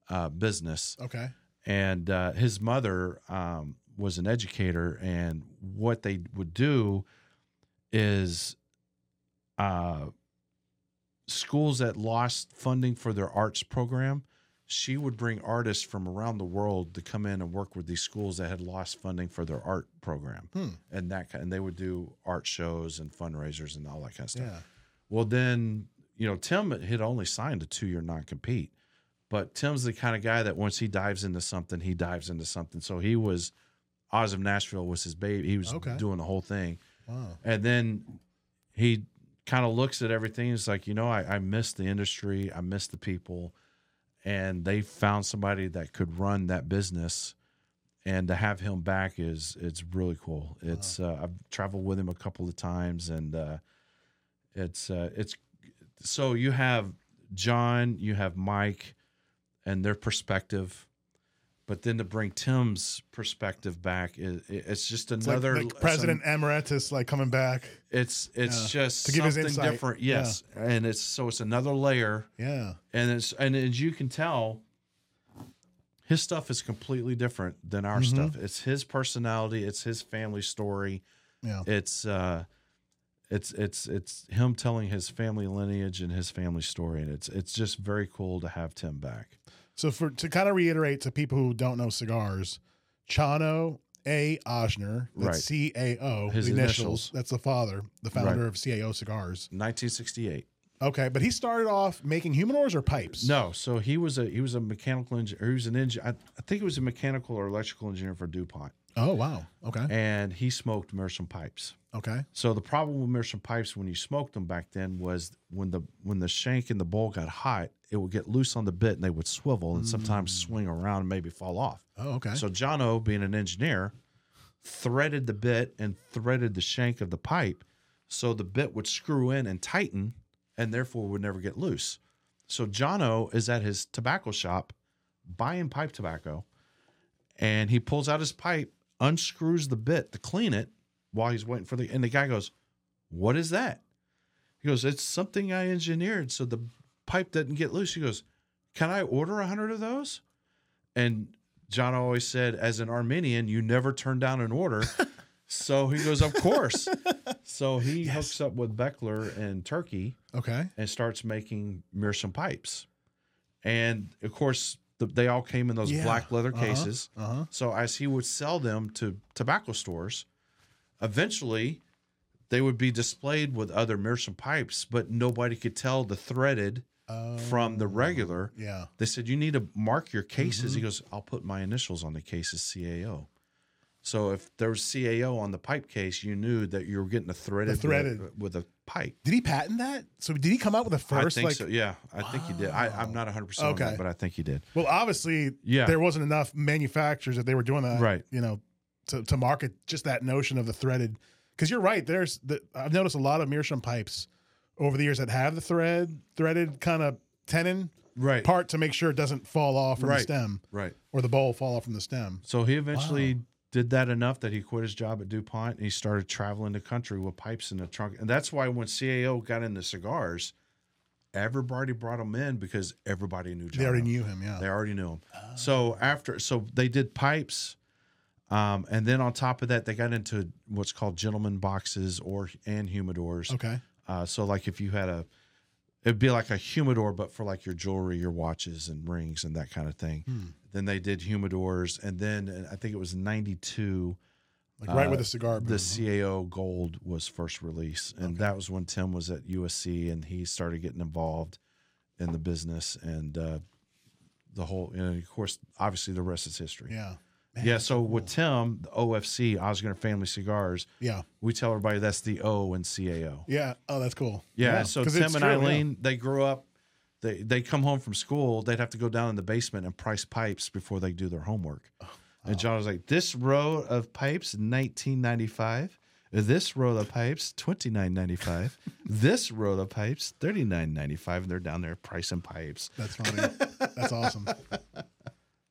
[SPEAKER 2] uh, business
[SPEAKER 1] Okay.
[SPEAKER 2] and uh, his mother um, was an educator and what they would do is uh, schools that lost funding for their arts program she would bring artists from around the world to come in and work with these schools that had lost funding for their art program
[SPEAKER 1] Hmm.
[SPEAKER 2] and that kind, and they would do art shows and fundraisers and all that kind of stuff
[SPEAKER 1] Yeah.
[SPEAKER 2] well, then, you know, Tim had only signed a two year non compete, but Tim's the kind of guy that once he dives into something, he dives into something. So he was, Oz of Nashville was his baby. He was
[SPEAKER 1] Okay.
[SPEAKER 2] doing the whole thing.
[SPEAKER 1] Wow.
[SPEAKER 2] And then he kind of looks at everything. It's like, you know, I, I miss the industry, I miss the people. And they found somebody that could run that business. And to have him back is it's really cool. It's uh, I've traveled with him a couple of times, and uh, it's uh, it's so you have John, you have Mike, and their perspective, but then to bring Tim's perspective back, it, it's just
[SPEAKER 1] It's like-
[SPEAKER 2] another
[SPEAKER 1] like, President Emeritus like coming back.
[SPEAKER 2] it's it's just
[SPEAKER 1] to give his
[SPEAKER 2] something
[SPEAKER 1] insight.
[SPEAKER 2] different. Yes, and it's so it's another layer,
[SPEAKER 1] Yeah.
[SPEAKER 2] and it's and as you can tell, his stuff is completely different than our
[SPEAKER 1] Mhm.
[SPEAKER 2] stuff. It's his personality, it's his family story,
[SPEAKER 1] Yeah.
[SPEAKER 2] it's uh, it's it's it's him telling his family lineage and his family story, and it's it's just very cool to have Tim back.
[SPEAKER 1] So for to kind of reiterate to people who don't know cigars, Chano A. Osner,
[SPEAKER 2] Right.
[SPEAKER 1] that's C A O,
[SPEAKER 2] His
[SPEAKER 1] the
[SPEAKER 2] initials.
[SPEAKER 1] That's the father, the founder of CAO Cigars.
[SPEAKER 2] 1968.
[SPEAKER 1] Okay, but he started off making humidors or pipes.
[SPEAKER 2] No, so he was a he was a mechanical engineer. He was an engine. I, I think he was a mechanical or electrical engineer for DuPont,
[SPEAKER 1] Oh wow. Okay.
[SPEAKER 2] and he smoked Meerschaum pipes.
[SPEAKER 1] Okay.
[SPEAKER 2] So the problem with Meerschaum pipes when you smoked them back then was when the when the shank and the bowl got hot, it would get loose on the bit and they would swivel and sometimes swing around and maybe fall off.
[SPEAKER 1] Oh okay.
[SPEAKER 2] So Jono, being an engineer, threaded the bit and threaded the shank of the pipe so the bit would screw in and tighten and therefore would never get loose. So Jono is at his tobacco shop buying pipe tobacco and he pulls out his pipe, unscrews the bit to clean it while he's waiting for the and the guy goes, "What is that?" He goes, "It's something I engineered so the pipe doesn't get loose." He goes, "Can I order a 100 of those?" And John always said, as an Armenian, you never turn down
[SPEAKER 1] <laughs>
[SPEAKER 2] an order. so he goes, of course. so he
[SPEAKER 1] Yes.
[SPEAKER 2] hooks up with Beckler in Turkey
[SPEAKER 1] okay.
[SPEAKER 2] and starts making meerschaum pipes. And of course, the, they all came in those
[SPEAKER 1] Yeah.
[SPEAKER 2] black leather
[SPEAKER 1] Uh-huh.
[SPEAKER 2] cases.
[SPEAKER 1] Uh huh.
[SPEAKER 2] So as he would sell them to tobacco stores, eventually they would be displayed with other meerschaum pipes, but nobody could tell the threaded from
[SPEAKER 1] Oh.
[SPEAKER 2] the regular.
[SPEAKER 1] Yeah. Mm-hmm.
[SPEAKER 2] They said, You need to mark your cases. He goes, I'll put my initials on the cases CAO. So if there was CAO on the pipe case, you knew that you were getting a threaded,
[SPEAKER 1] threaded.
[SPEAKER 2] with, with a pipe.
[SPEAKER 1] Did he patent that? So did he come out with a first?
[SPEAKER 2] I think
[SPEAKER 1] like,
[SPEAKER 2] so. Yeah, I think he did. I, I'm not 100 percent on
[SPEAKER 1] Okay.
[SPEAKER 2] that, but I think he did.
[SPEAKER 1] well, obviously,
[SPEAKER 2] Yeah,
[SPEAKER 1] there wasn't enough manufacturers that they were doing that,
[SPEAKER 2] Right.
[SPEAKER 1] You know, to, to market just that notion of the threaded. Because you're right. There's the, I've noticed a lot of meerschaum pipes over the years that have the thread threaded kind of tenon
[SPEAKER 2] right,
[SPEAKER 1] part to make sure it doesn't fall off from the
[SPEAKER 2] Right.
[SPEAKER 1] stem
[SPEAKER 2] right.
[SPEAKER 1] or the bowl fall off from the stem.
[SPEAKER 2] So he eventually did that enough that he quit his job at DuPont and he started traveling the country with pipes in the trunk. And that's why when CAO got into cigars, everybody brought him in because everybody knew John.
[SPEAKER 1] They already
[SPEAKER 2] Oak.
[SPEAKER 1] knew Oh. him. Yeah.
[SPEAKER 2] They already knew him. So after, so they did pipes, um, and then on top of that, they got into what's called gentleman boxes or and humidors.
[SPEAKER 1] Okay.
[SPEAKER 2] Uh, so like if you had a, it'd be like a humidor, but for like your jewelry, your watches and rings and that kind of thing.
[SPEAKER 1] Hmm.
[SPEAKER 2] Then they did humidors, and then and I think it was '92.
[SPEAKER 1] Like right
[SPEAKER 2] Uh,
[SPEAKER 1] with a cigar.
[SPEAKER 2] The
[SPEAKER 1] boom.
[SPEAKER 2] CAO Gold was first released, and that was when Tim was at USC, and he started getting involved in the business and uh, the whole. And of course, obviously, the rest is history.
[SPEAKER 1] Yeah. Man,
[SPEAKER 2] Yeah, so with Tim, the OFC, Osgood Family Cigars,
[SPEAKER 1] Yeah.
[SPEAKER 2] we tell everybody that's the O in CAO.
[SPEAKER 1] Yeah. Oh, that's cool.
[SPEAKER 2] Yeah. So
[SPEAKER 1] 'Cause
[SPEAKER 2] Tim
[SPEAKER 1] it's
[SPEAKER 2] and
[SPEAKER 1] true, yeah.
[SPEAKER 2] Eileen, they grew up. They they come home from school. They'd have to go down in the basement and price pipes before they do their homework.
[SPEAKER 1] Oh,
[SPEAKER 2] And John was like, "This row of pipes, nineteen ninety five. This row of pipes, twenty nine ninety five. this row of pipes, thirty nine ninety five. And they're down there pricing pipes.
[SPEAKER 1] That's funny. that's awesome.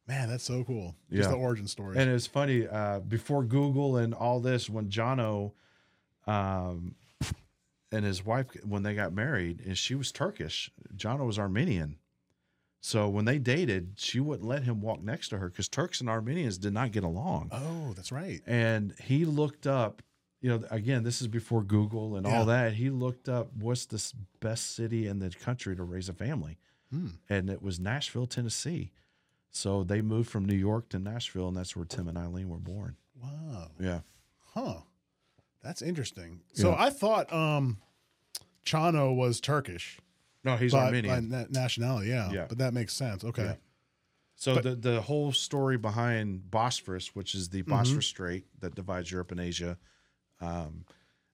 [SPEAKER 1] Man, that's so cool. Just
[SPEAKER 2] Yeah.
[SPEAKER 1] the origin story.
[SPEAKER 2] And it's funny uh, before Google and all this, when Jono, um, and his wife when they got married, and she was Turkish. Jono was Armenian, so when they dated, she wouldn't let him walk next to her because Turks and Armenians did not get along.
[SPEAKER 1] oh, that's right.
[SPEAKER 2] And he looked up, you know, again, this is before Google and
[SPEAKER 1] Yeah.
[SPEAKER 2] all that. He looked up what's the s- best city in the country to raise a family
[SPEAKER 1] Hmm.
[SPEAKER 2] and it was Nashville, Tennessee. So they moved from New York to Nashville, and that's where Tim and Eileen were born.
[SPEAKER 1] Wow.
[SPEAKER 2] Yeah.
[SPEAKER 1] Huh. That's interesting. So
[SPEAKER 2] Yeah.
[SPEAKER 1] I thought um Chano was Turkish.
[SPEAKER 2] No, he's
[SPEAKER 1] by,
[SPEAKER 2] Armenian.
[SPEAKER 1] by na- nationality, yeah.
[SPEAKER 2] Yeah.
[SPEAKER 1] But that makes sense. Okay.
[SPEAKER 2] Yeah. so
[SPEAKER 1] but-
[SPEAKER 2] the the whole story behind Bosphorus, which is the Bosphorus Strait that divides Europe and Asia, um,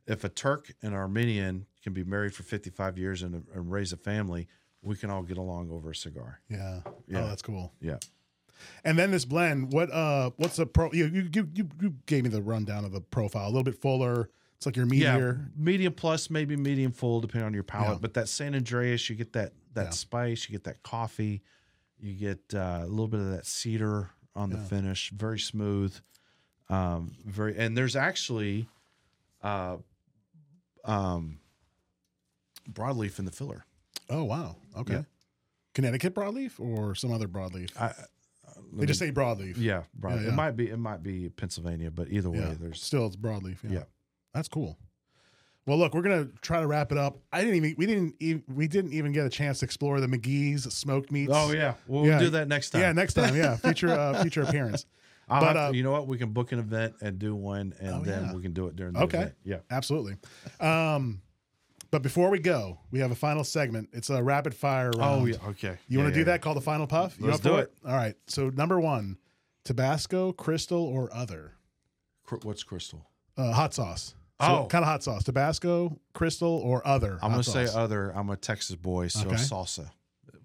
[SPEAKER 2] if a Turk and Armenian can be married for 55 years and, and raise a family, we can all get along over a cigar.
[SPEAKER 1] Yeah.
[SPEAKER 2] Yeah.
[SPEAKER 1] Oh, that's cool.
[SPEAKER 2] Yeah.
[SPEAKER 1] And then this blend, what uh what's the pro you you you, you- you gave me the rundown of the profile, a little bit fuller. It's like your meteor.
[SPEAKER 2] Yeah, medium plus, maybe medium full, depending on your palate.
[SPEAKER 1] Yeah.
[SPEAKER 2] But that San Andreas, you get that that
[SPEAKER 1] Yeah.
[SPEAKER 2] spice, you get that coffee, you get uh, a little bit of that cedar on the
[SPEAKER 1] Yeah.
[SPEAKER 2] finish. Very smooth, um, very. And there's actually uh, um, broadleaf in the filler.
[SPEAKER 1] Oh wow. Okay.
[SPEAKER 2] Yeah.
[SPEAKER 1] Connecticut broadleaf or some other broadleaf?
[SPEAKER 2] I, uh,
[SPEAKER 1] they just say broadleaf.
[SPEAKER 2] yeah, broadleaf.
[SPEAKER 1] yeah.
[SPEAKER 2] It might be it might be Pennsylvania, but either way,
[SPEAKER 1] Yeah.
[SPEAKER 2] there's
[SPEAKER 1] Still, it's broadleaf. Yeah.
[SPEAKER 2] Yeah.
[SPEAKER 1] That's cool. Well, look, we're gonna try to wrap it up. I didn't even we didn't even, we didn't even get a chance to explore the McGee's smoked meats.
[SPEAKER 2] oh yeah, we'll
[SPEAKER 1] Yeah.
[SPEAKER 2] do that next time.
[SPEAKER 1] yeah. Next time, yeah, future uh, future appearance.
[SPEAKER 2] I'll
[SPEAKER 1] But,
[SPEAKER 2] have to-
[SPEAKER 1] uh,
[SPEAKER 2] you know what? We can book an event and do one, and
[SPEAKER 1] Oh,
[SPEAKER 2] then
[SPEAKER 1] yeah.
[SPEAKER 2] we can do it during the
[SPEAKER 1] Okay.
[SPEAKER 2] event. Yeah.
[SPEAKER 1] Absolutely. Um, but before we go, we have a final segment. It's a rapid fire round.
[SPEAKER 2] Oh, yeah. Okay.
[SPEAKER 1] You
[SPEAKER 2] Yeah,
[SPEAKER 1] want to do
[SPEAKER 2] yeah,
[SPEAKER 1] that? Call the final puff. You
[SPEAKER 2] Let's
[SPEAKER 1] up for
[SPEAKER 2] do
[SPEAKER 1] All right. So number one, Tabasco, Crystal, or other
[SPEAKER 2] yeah. Cr- What's crystal?
[SPEAKER 1] uh, hot sauce.
[SPEAKER 2] Oh.
[SPEAKER 1] kind of hot sauce. Tabasco, Crystal, or other.
[SPEAKER 2] I'm
[SPEAKER 1] hot
[SPEAKER 2] going to say
[SPEAKER 1] sauce?
[SPEAKER 2] other. I'm a Texas boy, so
[SPEAKER 1] Okay.
[SPEAKER 2] salsa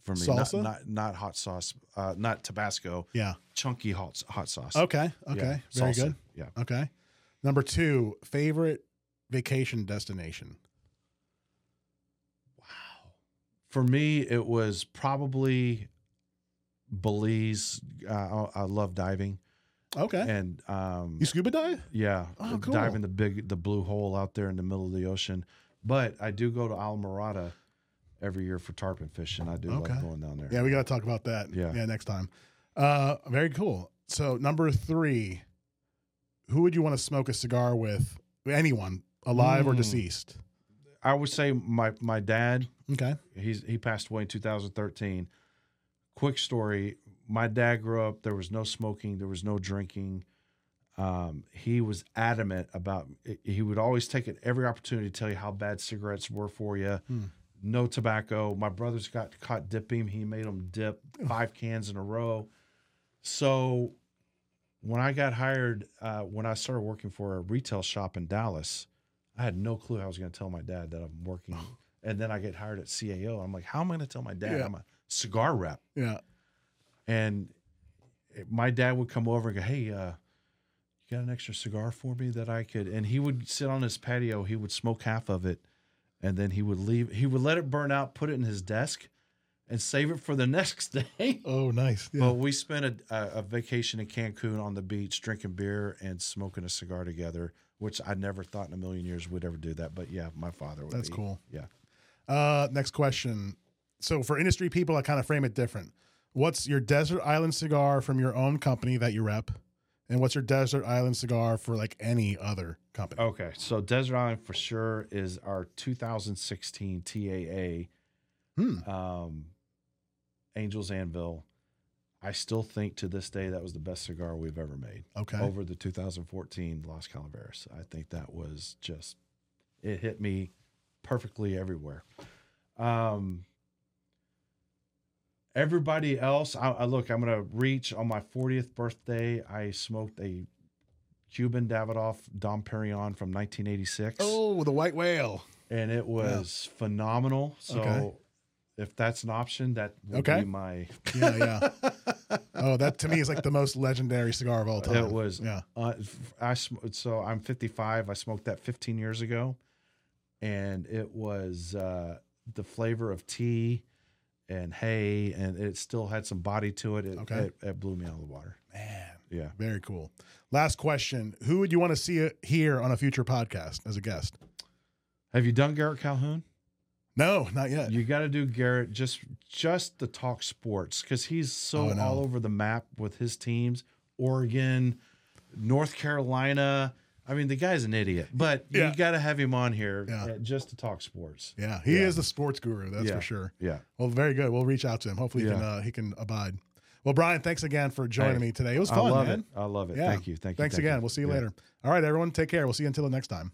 [SPEAKER 2] for me.
[SPEAKER 1] Salsa?
[SPEAKER 2] Not, not, not hot sauce, uh, not Tabasco,
[SPEAKER 1] yeah.
[SPEAKER 2] chunky hot, hot sauce.
[SPEAKER 1] Okay. Oh, Okay.
[SPEAKER 2] Yeah,
[SPEAKER 1] Very
[SPEAKER 2] salsa.
[SPEAKER 1] good.
[SPEAKER 2] Yeah.
[SPEAKER 1] Okay. Number two, favorite vacation destination.
[SPEAKER 2] For me, it was probably Belize. Uh, I, I love diving.
[SPEAKER 1] Okay.
[SPEAKER 2] And um,
[SPEAKER 1] you scuba dive?
[SPEAKER 2] Yeah, uh,
[SPEAKER 1] Oh, cool.
[SPEAKER 2] diving the big the blue hole out there in the middle of the ocean. But I do go to Almirada every year for tarpon fishing. I do
[SPEAKER 1] Okay.
[SPEAKER 2] love going down there.
[SPEAKER 1] Yeah, we got to talk about that.
[SPEAKER 2] Yeah.
[SPEAKER 1] Yeah, next time. Uh, very cool. So number three, who would you want to smoke a cigar with? Anyone, alive or
[SPEAKER 2] Mm.
[SPEAKER 1] deceased?
[SPEAKER 2] I would say my my dad.
[SPEAKER 1] Okay.
[SPEAKER 2] He's he passed away in 2013. Quick story. My dad grew up. There was no smoking. There was no drinking. Um, he was adamant about. He would always take it every opportunity to tell you how bad cigarettes were for you.
[SPEAKER 1] Hmm.
[SPEAKER 2] No tobacco. My brothers got caught dipping. He made them dip five cans in a row. So when I got hired, uh, when I started working for a retail shop in Dallas, I had no clue I was going to tell my dad that
[SPEAKER 1] <sighs>
[SPEAKER 2] I'm working. and then I get hired at CAO. I'm like, how am I going to tell my dad
[SPEAKER 1] Yeah.
[SPEAKER 2] I'm a cigar rep?
[SPEAKER 1] Yeah.
[SPEAKER 2] And it- my dad would come over and go, hey, uh, you got an extra cigar for me that I could? And he would sit on his patio. He would smoke half of it, and then he would leave. He would let it burn out, put it in his desk, and save it for the <laughs> next day.
[SPEAKER 1] Oh, nice. Yeah.
[SPEAKER 2] But we spent a, a, a vacation in Cancun on the beach, drinking beer and smoking a cigar together, which I never thought in a million years would ever do that. But yeah, my father would.
[SPEAKER 1] That's
[SPEAKER 2] be.
[SPEAKER 1] cool.
[SPEAKER 2] Yeah.
[SPEAKER 1] Uh, next question. So for industry people, I kind of frame it different. What's your desert island cigar from your own company that you rep, and what's your desert island cigar for like any other company?
[SPEAKER 2] Okay, so Desert Island for sure is our 2016 TAA
[SPEAKER 1] Hmm.
[SPEAKER 2] um, Angels Anvil. I still think to this day that was the best cigar we've ever made
[SPEAKER 1] Okay.
[SPEAKER 2] <laughs> over the 2014 Los Calaveras. I think that was just it hit me perfectly everywhere. Um, everybody else, I, I look. I'm gonna reach on my 40th birthday. I smoked a Cuban Davidoff Dom Perignon from 1986
[SPEAKER 1] Oh, the white whale.
[SPEAKER 2] and it was phenomenal. So
[SPEAKER 1] Okay.
[SPEAKER 2] if that's an option, that would
[SPEAKER 1] Okay.
[SPEAKER 2] be my.
[SPEAKER 1] Yeah, yeah. <laughs> oh, that to me is like the most legendary cigar of all time.
[SPEAKER 2] It was.
[SPEAKER 1] Yeah.
[SPEAKER 2] Uh, I sm- so I'm 55. I smoked that 15 years ago, and it was uh, the flavor of tea and hay, and it still had some body to it. It,
[SPEAKER 1] Okay.
[SPEAKER 2] it, it blew me out of the water.
[SPEAKER 1] Man,
[SPEAKER 2] Yeah.
[SPEAKER 1] very cool. Last question: Who would you want to see here on a future podcast as a guest?
[SPEAKER 2] Have you done Garrett Calhoun?
[SPEAKER 1] No, not yet.
[SPEAKER 2] You got to do Garrett just just to talk sports because he's so
[SPEAKER 1] Oh, no.
[SPEAKER 2] all over the map with his teams. Oregon, North Carolina. I mean, the guy's an idiot, but
[SPEAKER 1] Yeah.
[SPEAKER 2] you got to have him on here
[SPEAKER 1] Yeah.
[SPEAKER 2] uh, just to talk sports.
[SPEAKER 1] yeah, he
[SPEAKER 2] Yeah.
[SPEAKER 1] is the sports guru. That's
[SPEAKER 2] Yeah.
[SPEAKER 1] for sure.
[SPEAKER 2] Yeah.
[SPEAKER 1] Well, very good. We'll reach out to him. Hopefully, he can
[SPEAKER 2] Yeah.
[SPEAKER 1] uh, he can abide. Well, Brian, thanks again for joining
[SPEAKER 2] Hey,
[SPEAKER 1] me today. It was
[SPEAKER 2] I
[SPEAKER 1] fun,
[SPEAKER 2] love
[SPEAKER 1] man.
[SPEAKER 2] it. I love it.
[SPEAKER 1] Yeah.
[SPEAKER 2] Thank you. Thank you.
[SPEAKER 1] Thanks
[SPEAKER 2] thank
[SPEAKER 1] again.
[SPEAKER 2] you.
[SPEAKER 1] We'll see you
[SPEAKER 2] Yeah.
[SPEAKER 1] later. All right, everyone. Take care. We'll see you until the next time.